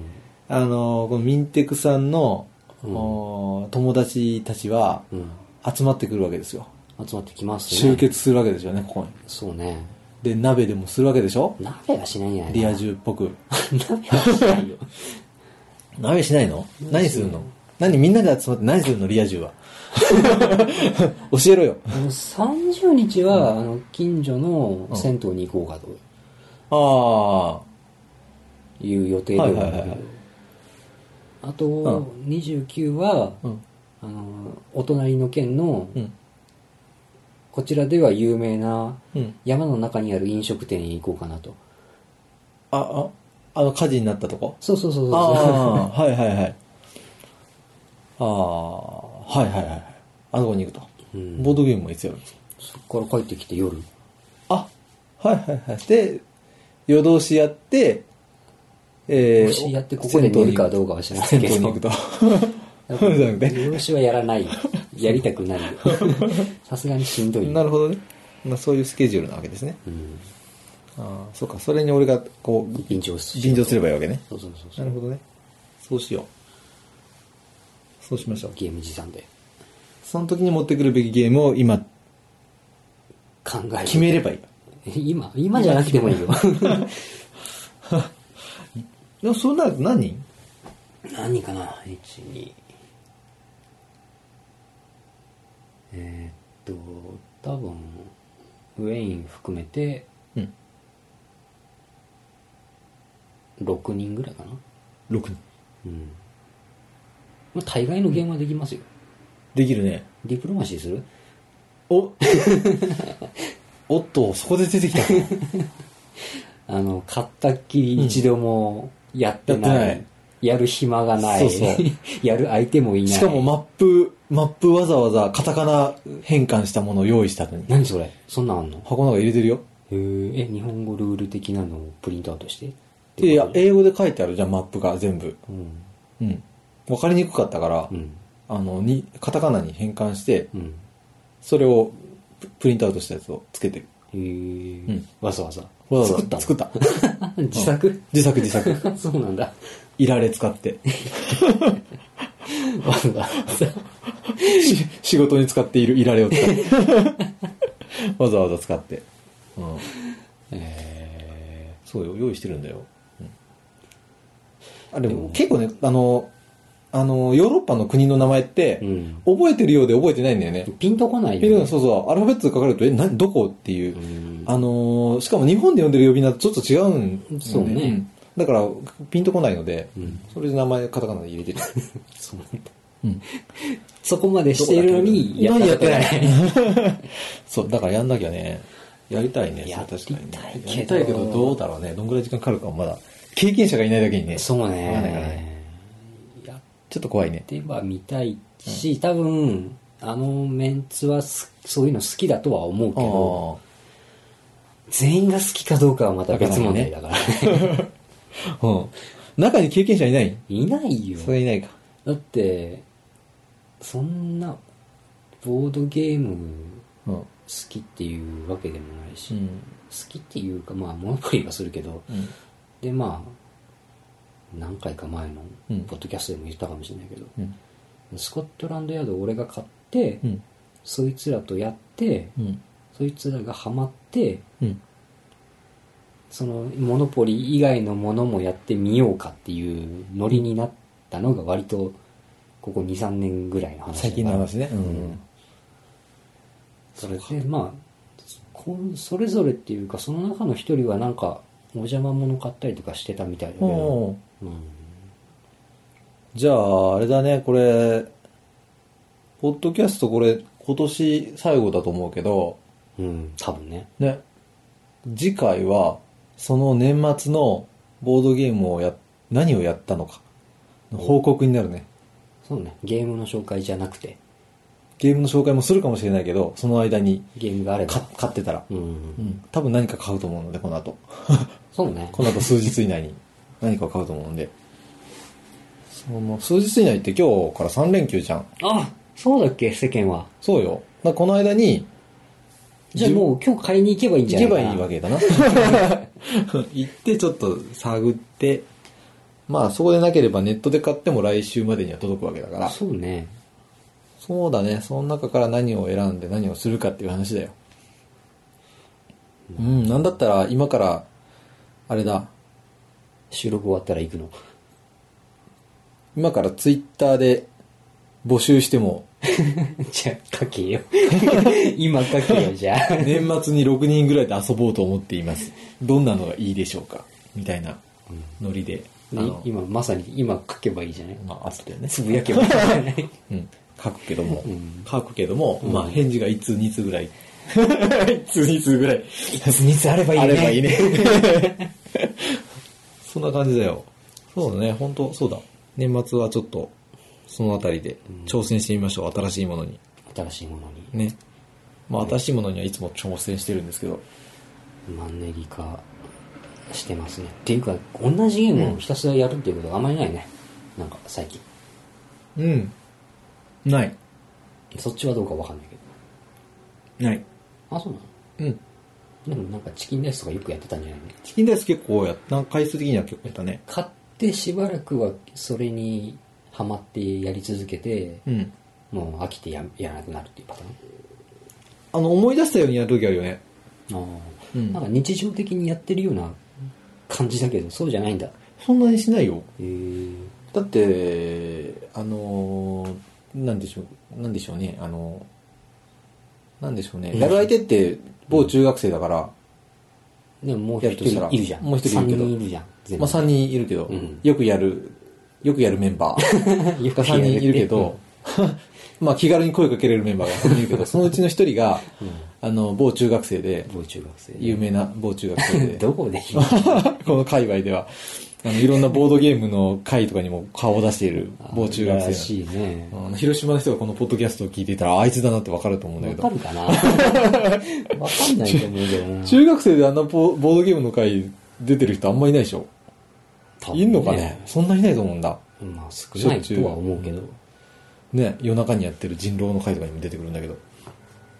C: あの、このミンテクさんの、
B: うん
C: お友達たちは
B: うん
C: 集まってくるわけですよ。
B: 集まってきますね
C: 集結するわけですよね、ここに。
B: そうね
C: で、鍋でもするわけでしょ
B: 鍋はしないんじゃない
C: リア
B: 充
C: 充っぽく。
B: 鍋はしないよ
C: 鍋しないの何するの何みんなで集まって何するのリア充は。 教えろよ。
B: あの30日は、あの近所の銭湯に行こうかと
C: あ
B: いう予定ではあるんだけど、
C: はいはいはいはい
B: あと、29は、
C: あ。うん。
B: あのお隣の県の、
C: うん。
B: こちらでは有名な
C: うん。
B: 山の中にある飲食店に行こうかなと。
C: あ、あ、あの火事になったとこ
B: そうそうそうそ
C: あ
B: う。
C: あ、はいはいはい。ああ、はいはいはい。あそこに行くと。
B: うん
C: ボードゲームもいつやるんですか
B: そこから帰ってきて夜。
C: あ、はいはいはい。で、夜通しやって、え
B: 夜通しやってここで寝るかどうかは知らないけど
C: 銭湯に 行くと。 そうだよね。
B: 夜しはやらない。やりた くないよ。さすがにしんどい。
C: なるほどね。まあそういうスケジュールなわけですね。
B: うん。
C: ああ、そうか。それに俺が、こう、
B: 緊張する。
C: 便乗すればいいわけね。
B: そうそうそうそ
C: な
B: う。
C: るほどね。そうしよう。そうしましょう。
B: ゲーム持参で
C: その時に持ってくるべきゲームを今、
B: 考える
C: 決めればいい。
B: 今、今じゃなくてもいいよ。
C: でもそうなると何人
B: 何かな ?1、2。えーっと、多分、ウェイン含めて
C: うん。
B: 6人ぐらいかな。
C: 6人。
B: うん。まあ、大概のゲームはできますよ。
C: できるね。
B: ディプロマシーする
C: おおっと、そこで出てきたか。
B: ああの、買ったっきり一度もやってない。
C: やってない
B: やる暇がない。
C: そうそう
B: やる相手もいない。
C: しかもマップ、マップわざわざカタカナ変換したものを用意したのに。
B: 何それそんなんあんの
C: 箱の中入れてるよ。
B: へーえ、日本語ルール的なのをプリントアウトして
C: いや、英語で書いてあるじゃん、マップが全部。
B: うん。
C: うん。わかりにくかったから、
B: うん。
C: あの、に、カタカナに変換して、
B: うん。
C: それをププリントアウトしたやつをつけてる。
B: へー
C: うん
B: わざわざ。
C: わざわ
B: 作った
C: ざ
B: の
C: 作った。
B: 自作
C: 自作自作。
B: そうなん だ。
C: いられ 使って。
B: わざわざ。
C: し仕事に使っているいられを使 って。わざわざ使って。うん。
B: え
C: そうよ、用意してるんだよ。うん、あで
B: でも
C: も結構ね、あの、あの、ヨーロッパの国の名前って、
B: ーうん。
C: 覚えてるようで覚えてないんだよね。
B: ピンとこない
C: ピ
B: よ、
C: ル
B: ね。
C: そうそう、アルファベットで書かれると、え、な、どこっていう。
B: うん
C: あのーしかも日本で呼んでる呼び名とちょっと違うんだよ
B: そうね
C: んだから、ピンとこないので、
B: うん
C: それで名前カタカナで入れてる。
B: そうなんだ
C: うん
B: そこまでしているのに、
C: どこだっけ
B: や
C: な
B: ったことない。
C: そう、だからやんなきゃね、やりたいね、それ
B: やり
C: 確かにね
B: たいけど
C: やりたいけど、どうだろうね。どんぐらい時間かかるかもまだ。経験者がいないだけにね。
B: そう
C: わかんないからね。
B: ね。やっ
C: ちょっと怖いね。
B: ては見たいし、多分、あのメンツはすそういうの好きだとは思うけ
C: あ
B: ど、
C: ー
B: 全員が好きかどうかはまた別問題だから。
C: うん。中に経験者いない
B: いないよ。
C: それいないか。
B: だって、そんな、ボードゲーム
C: うん。
B: 好きっていうわけでもないし、
C: う
B: 好
C: ん。
B: きっていうか、まあ、モノポリーはするけど、
C: うん。
B: で、まあ、何回か前の
C: うん、
B: ポッドキャストでも言ったかもしれないけど、
C: うん。
B: スコットランドヤードを俺が買って、
C: うん。
B: そいつらとやって、
C: うん。
B: そいつらがハマって、
C: うん。
B: その、モノポリー以外のものもやってみようかっていうノリになったのが割と、ここ2、3年ぐらいの話だから
C: 最近の話ね。うん。
B: それでまあこうそれぞれっていうかその中の一人はなんかお邪魔物買ったりとかしてたみたいだけど、
C: おー
B: うん、
C: じゃあ、あれだね、これ、ポッドキャストこれ、今年最後だと思うけど、
B: うん、多分ね
C: ね、次回は、その年末のボードゲームをや、何をやったのか、の報告になるね。
B: そうねゲームの紹介じゃなくて
C: ゲームの紹介もするかもしれないけど、その間に
B: ゲームがあれば
C: か買ってたら。
B: うん、
C: うん。多分何か買うと思うので、この後。
B: そうね
C: この後数日以内 に何かを買うと思うんで。その数日以内って今日から3連休じゃん。
B: あそうだっけ世間は
C: そうよ。だからこの間に、
B: じゃあもう今日買いに行けばいいんじ
C: 行
B: ゃな
C: け
B: いか
C: ば
B: ない
C: いわ
B: け
C: けだな。 行ってちょっと探って、まあそこでなければネットで買っても来週までには届くわけだから。
B: そうね
C: そうだね。その中から何を選んで何をするかっていう話だよ。うん、なんだったら今から、あれだ、
B: 収録終わったら行くの
C: 今からツイッターで募集して も、
B: じゃあ書け よ今書けよじゃあ
C: 年末に6人ぐらいで遊ぼうと思っています。どんなのがいいでしょうかみたいなノリで。
B: ね
C: あの
B: 今まさに今書けばいいじゃない
C: まあ、後でね。
B: つぶやけばいいじゃない
C: うん、書くけども、
B: ん
C: 書くけども、まあ返事が1通2通ぐらい。1通2通ぐらい。
B: いつあればいいね
C: あればいいね。 そんな感じだよ。そうだね、本当そうだ。年末はちょっと、そのあたりで挑戦してみましょう、新しいものに。
B: 新しいものに
C: ね。まあ新しいものにはいつも挑戦してるんですけど。
B: マンネリ化してますねっていうか同じゲームをひたすらやるっていうことがあまりないね、なんか最近
C: うん。ない。
B: そっちはどうかわかんないけど
C: ない。
B: あそうなの
C: うん。
B: でもなんかチキンライスとかよくやってたんじゃないの
C: チキンライス結構やった、なんか回数的には結構やったね。
B: 買ってしばらくはそれにハマってやり続けて、
C: うん。
B: もう飽きてややらなくなるっていうパタ
C: あの、思い出したようにやるときあるよね。
B: ーンああ、
C: うん
B: なんか日常的にやってるような感じだけどそうじゃないんだへ
C: そんなにしないよ。
B: え
C: だって、あのー、なんでしょう、なんでしょうね、あのー、なんでしょうね、やる相手って某中学生だから、
B: でももう一
C: やるとした
B: 人
C: ら
B: いるじゃん
C: もう一人いるけ
B: 3
C: ど
B: 人いるじゃん全部
C: まあ3人いるけど、
B: うん
C: よくやる、よくやるメンバー
B: よ
C: が
B: くや
C: 3
B: る
C: 人いるけど、まあ気軽に声かけれるメンバーが3人いるけど、そのうちの1人が、あの、某中学生で、
B: 某中学生
C: 有名な某中学生で、
B: どこでいいの
C: この界隈では、あの、いろんなボードゲームの会とかにも顔を出している某中学
B: ら
C: 生
B: しいね。
C: なの。あの広島の人がこのポッドキャストを聞いていたら、ああいつだなってわかると思うんだけ
B: わ
C: ど
B: か。る かなわかんないと思うけどな。
C: 中学生であんなボボードゲームの会出てる人あんまいないでしょ
B: 多分
C: いんのかねそんないないと思うんだ。
B: まあ少ないとは思うけど。
C: ね、夜中にやってる人狼の会とかにも出てくるんだけど。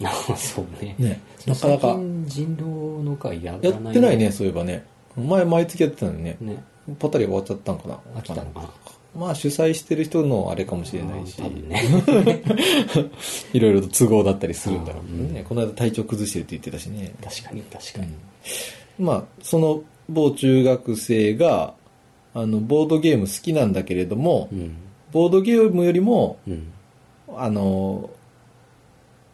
B: あそうね。
C: ね、なかなか
B: 最近人狼の会やらな
C: や
B: い。
C: ってないね、。そういえばね。前毎月やってたのにね。
B: ね。
C: パタリ終わっちゃったんかな。
B: 飽きたのかな。
C: まあ主催してる人のあれかもしれないし
B: 多、分ね。
C: いろいろと都合だったりするんだろうけど
B: うん
C: ね。この間体調崩してるって言ってたしね。
B: 確かに確かに。
C: まあ、その某中学生が、あの、ボードゲーム好きなんだけれども、
B: うん。
C: ボードゲームよりも、
B: うん。
C: あの、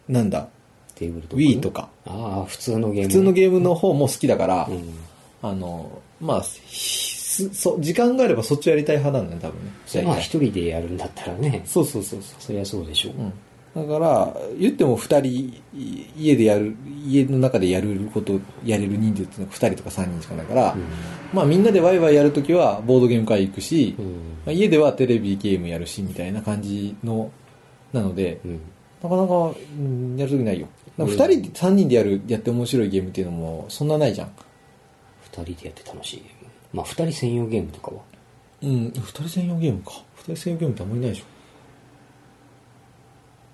C: なんだ、
B: テーブルとか、
C: Wii と。か、
B: ああ、普通のゲーム。
C: 普通のゲームの方も好きだから、
B: うん。
C: あの、まあ、ひすそ時間があればそっちやりたい派なんだね、多分ね。
B: それまあ一人でやるんだったらね。
C: そうそうそうそ
B: そりゃそうでしょう。
C: う。うん。だから、言っても二人、い家でやる、家の中でやること、やれる人数っていうのは二人とか三人しかないから、まあみんなでワイワイやるときはボードゲーム会行くし、
B: うん。
C: まあ家ではテレビゲームやるし、みたいな感じの、なので、
B: うん。
C: なかなか、うんやるときないよ。
B: うん
C: 2人、3人でやる、やって面白いゲームっていうのも、そんなないじゃん。
B: 二人でやって楽しいゲーム。まあ二人専用ゲームとかは。
C: うん、2人専用ゲームか。2人専用ゲームってあんまりないでし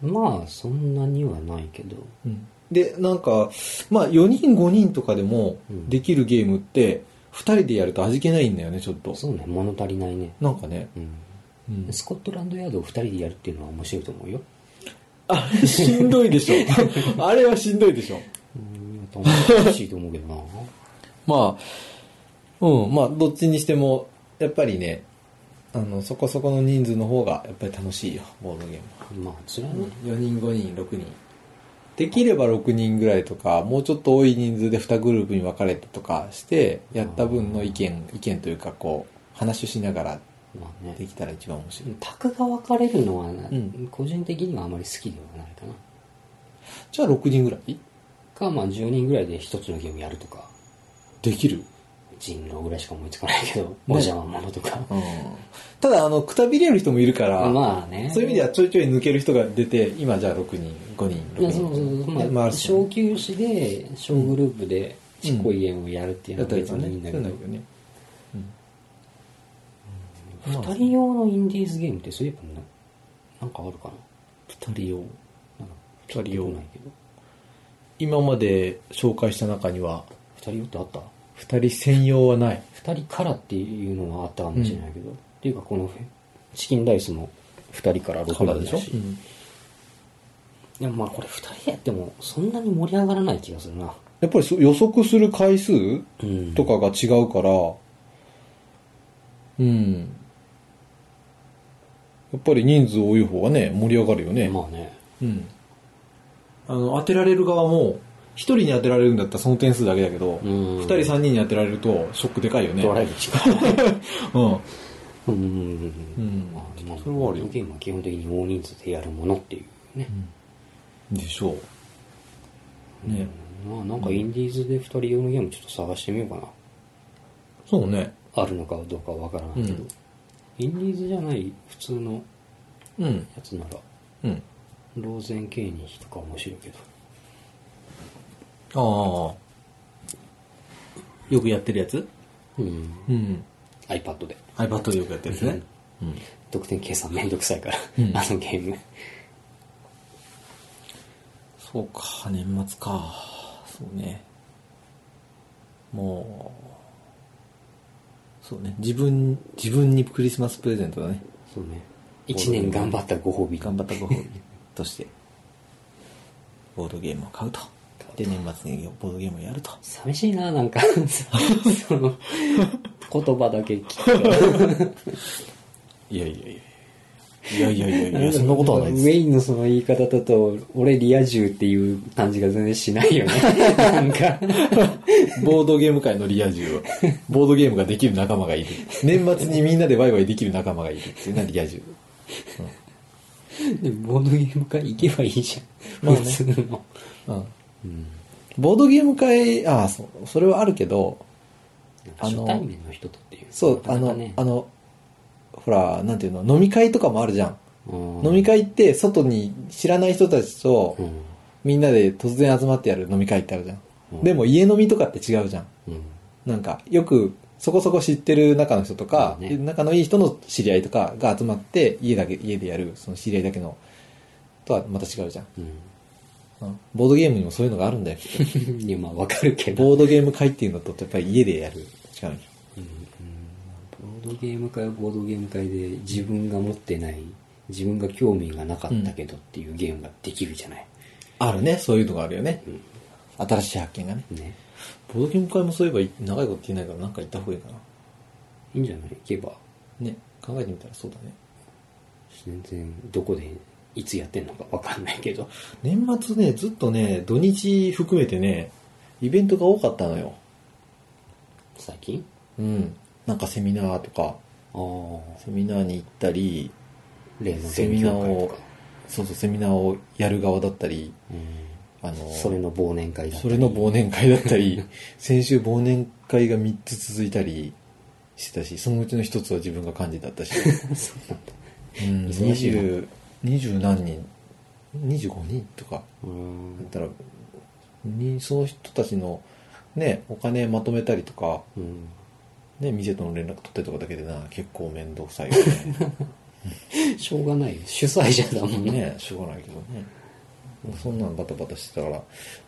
C: ょ。
B: まあそんなにはないけど。
C: うん。で、なんか、まあ、4人、5人とかでも
B: うん
C: できるゲームって、2人でやると味気ないんだよね、ちょっと。
B: そうね、物足りないね。
C: なんかね。
B: うん。
C: うん
B: スコットランドヤードを二人でやるっていうのは面白いと思うよ。
C: あれしんどいでし ょ。あれはしんどいでしょ。
B: うん、楽しいと思うけどな。
C: まあ、うん、まあ、どっちにしても、やっぱりね、あの、そこそこの人数の方が、やっぱり楽しいよ、ボードゲームは。
B: まあ、つらいね。
C: 4人5人6人できれば6人ぐらいとかもうちょっと多い人数で2グループに分かれてとかしてやった分の意見意見というかこう話をしながら
B: まあね
C: で。きたら一番面白い
B: 卓が分かれるのはな、
C: ん
B: 個人的にはあまり好きではないかな。
C: じゃあ6人ぐらい
B: か、まあ10人ぐらいで一つのゲームやるとか、
C: できる
B: 人狼ぐらいしか思いつかないけど、お邪魔者と か。
C: うんただあのくたびれる人もいるから、
B: まあね。
C: そういう意味ではちょいちょい抜ける人が出て今じゃあ6人5人
B: い
C: 6
B: や
C: 人
B: そうそうそう。
C: で
B: まあ、
C: 回る人
B: 小休止で、小グループで、ちっこいゲームをやるっていう
C: や
B: のは
C: ったり
B: 別
C: とかね
B: にいいんだけど、
C: そういうのいいよね
B: 二人用のインディーズゲームってそういえばな、なんかあるかな。二人用。なんかピンとこないけど。
C: 今まで紹介した中には
B: 二人用ってあった
C: 2人専用はない
B: 二人からっていうのはあったかもしれないけど、っていうかこのチキンライスも二人から六人だし
C: う
B: い
C: ん
B: やまあこれ二人でやってもそんなに盛り上がらない気がするな
C: やっぱりそう予測する回数
B: うん
C: とかが違うから、うん。やっぱり人数多い方がね、盛り上がるよね。
B: まあね
C: うん。あの、当てられる側も、一人に当てられるんだったらその点数だけだけど、
B: う
C: 二、
B: ん
C: 人三人に当てられるとショックでかいよね。
B: ドライブ違う
C: うん。
B: うんうん
C: う
B: うん
C: ん
B: まあ。まあ
C: それはあるよ
B: ゲームは基本的に大人数でやるものっていうね、
C: でしょう。ね。
B: まあなんかインディーズで二人用のゲームちょっと探してみようかな
C: そうね。
B: あるのかどうかはわからないけど、
C: うん
B: インディーズじゃない普通の
C: うん。
B: やつなら
C: うん。
B: ローゼンケーニヒとか面白いけど
C: ああ。よくやってるやつ
B: うん
C: うん。
B: iPad で
C: iPad でよくやってるやつね。うん
B: 得点計算めんどくさいから、
C: うん
B: あのゲーム
C: そうか、年末か。そうね。もう、そうね。自分、自分にクリスマスプレゼントだね。
B: そうね1年頑張ったご褒美
C: 頑張ったご褒美と して、ボードゲームを買うと。で、年末にボードゲームをやると。
B: 寂しいな なんかその言葉だけ聞く
C: いやいやいやいやいやいやいや、そんなことはない
B: ウ
C: で
B: ェ
C: す。
B: インのその言い方だと俺リア充っていう感じが全然しないよね なんか
C: ボードゲーム界のリア充は、ボードゲームができる仲間がいる。年末にみんなでワイワイできる仲間がいるっていうのはリア充。
B: でボードゲーム会行けばいいじゃん、
C: まあね
B: 普通の
C: うん。
B: うん。
C: ボードゲーム会、ああ、そう、それはあるけど、
B: なんか
C: あの
B: 初対面の人とっていう。
C: そう、
B: な
C: あ
B: かな
C: の、
B: かね
C: あの、ほら、なんていうの、飲み会とかもあるじゃん。
B: うん
C: 飲み会って、外に知らない人たちと
B: う、ん。
C: みんなで突然集まってやる飲み会ってあるじゃん。
B: うん
C: でも、家飲みとかって違うじゃん。
B: うん。
C: なんか、よく、そこそこ知ってる仲の人とか、
B: そうね
C: 仲のいい人の知り合いとかが集まって、家だけ、家でやる、その知り合いだけの、とはまた違うじゃん。
B: う
C: うんボードゲームにもそういうのがあるんだよ。
B: ん。いや、まあわかるけど。
C: ボードゲーム会っていうのと、やっぱり家でやる。違うんよ。
B: うんうんボードゲーム会はボードゲーム会で自分が持ってない、自分が興味がなかったけどっていうゲームができるじゃない。
C: あるね、そういうのがあるよね。新しい発見がね。
B: ね。
C: ボードゲーム会もそういえばい長いこと聞いてないからなんか行った方がいいかな。
B: いいんじゃない行けば、
C: ね、考えてみたらそうだね。
B: 全然どこで、いつやってんのかわかんないけど。
C: 年末ね、ずっとね、土日含めてね、イベントが多かったのよ。
B: 最近
C: うん。なんかセミナーとか、
B: ああ。
C: セミナーに行ったり、
B: 例の
C: セ
B: 勉
C: ミナー
B: 強会と
C: を
B: か、
C: そうそう、セミナーをやる側だったり、
B: う
C: あの、
B: ん、それの忘年会だった
C: そ
B: り
C: れの忘年会だったり、 先週忘年会が3つ続いたりしてたし、そのうちの1つは自分が幹事だったし、
B: そうなんだ
C: うん、
B: 忙しいな
C: 20、20何人、25人とか、
B: うー
C: だっ
B: ん
C: たら、にその人たちの、ね、お金まとめたりとか、
B: うん
C: ね、店との連絡取ったりとかだけでな、結構面倒くさいよね。
B: しょうがないよ主催者だもんね
C: ね、しょうがないけどね。もうそんなんバタバタしてたから、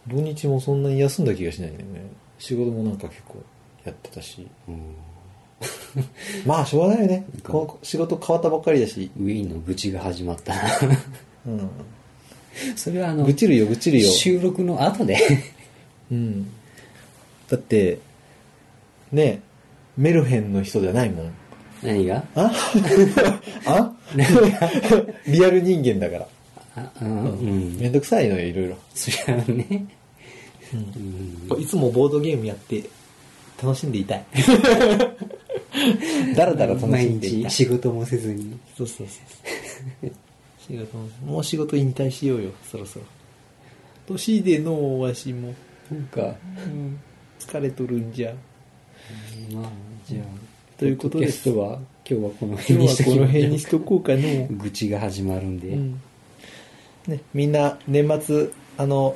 C: 土日もそんなに休んだ気がしないんだよね。仕事もなんか結構やってたし。
B: うん
C: まあ、しょうがないよね。
B: か
C: こう仕事変わったばっかりだし。
B: ウィーンの愚痴が始まったな
C: うん。
B: それはあの
C: 愚痴るよ、愚痴るよ。
B: 収録の後で
C: うん。だって、ね、メルヘンの人じゃないもん。
B: 何が
C: あ あ リアル人間だから。
B: あうん、うん、
C: めんどくさいのよ、いろいろ。
B: そりゃね
C: こういつもボードゲームやって、楽しん でいたい。だらだら楽し
B: 毎
C: んでいた
B: 日
C: い。
B: 仕事もせずに
C: そうそうそうそう。仕事も、もう仕事引退しようよ、そろそろ。年でのうわしも、
B: なんか、
C: 疲れとるんじゃ。
B: まあじゃあ
C: ということです
B: ポッドキャストは今日はこの辺
C: 今
B: に
C: 日
B: しと
C: は
B: きましょ
C: この
B: う
C: 辺にしとこうかの。
B: 愚痴が始まるんで、
C: うんね、みんな年末、あの、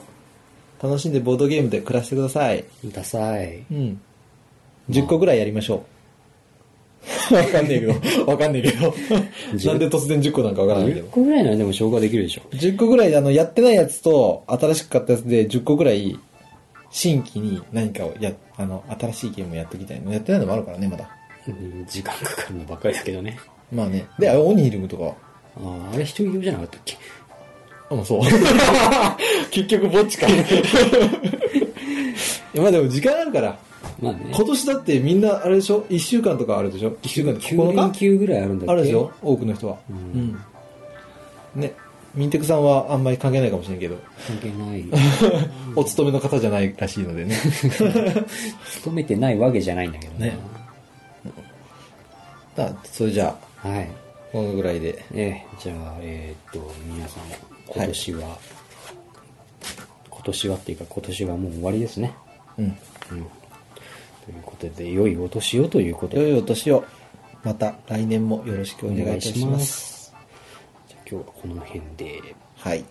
C: 楽しんでボードゲームで暮らしてください。
B: ダサい
C: うん。10個ぐらいやりましょう。わかんねえけど、わかんねえけど。
B: 10
C: なんで突然10個なんかわからないけ
B: 10
C: ど。
B: 個ぐらいならでも消化できるでしょ
C: 10個ぐらい、あの、やってないやつと、新しく買ったやつで10個ぐらい、新規に何かをや、あの、新しいゲームをやっておきたいの。やってないのもあるからね、まだ。
B: うん時間かかるのばっかりだけどね
C: まあね。で、あオニヒルムとかは。
B: あーあれ一人用じゃなかったっけ
C: うん、そう。 結局、ぼっ ちか。いやまあでも、時間あるから。
B: まあね
C: 今年だってみんな、あれでしょ ?1 週間とかあるでしょ ?1 週間とか
B: 9
C: 9
B: 連
C: 日
B: 休ぐらいあるんだっけ
C: あるでしょ多くの人は。うんん。ね。ミンテクさんはあんまり関係ないかもしれんけど、
B: 関係ない。
C: お勤めの方じゃないらしいのでね。
B: 勤めてないわけじゃないんだけどね
C: ね。だそれじゃあ、
B: はい。
C: このぐらいで。
B: ええ、じゃあ、えーっと、皆さん、今年は、今年はっていうか、今年はもう終わりですね。
C: うん。
B: うん。ということで、良いお年をということ
C: 良
B: で、
C: いお年を。また来年もよろしくお
B: お
C: 願いい
B: 願
C: た
B: い
C: し
B: し
C: ま。
B: ますす。じゃあ今日はこの辺で。
C: はい。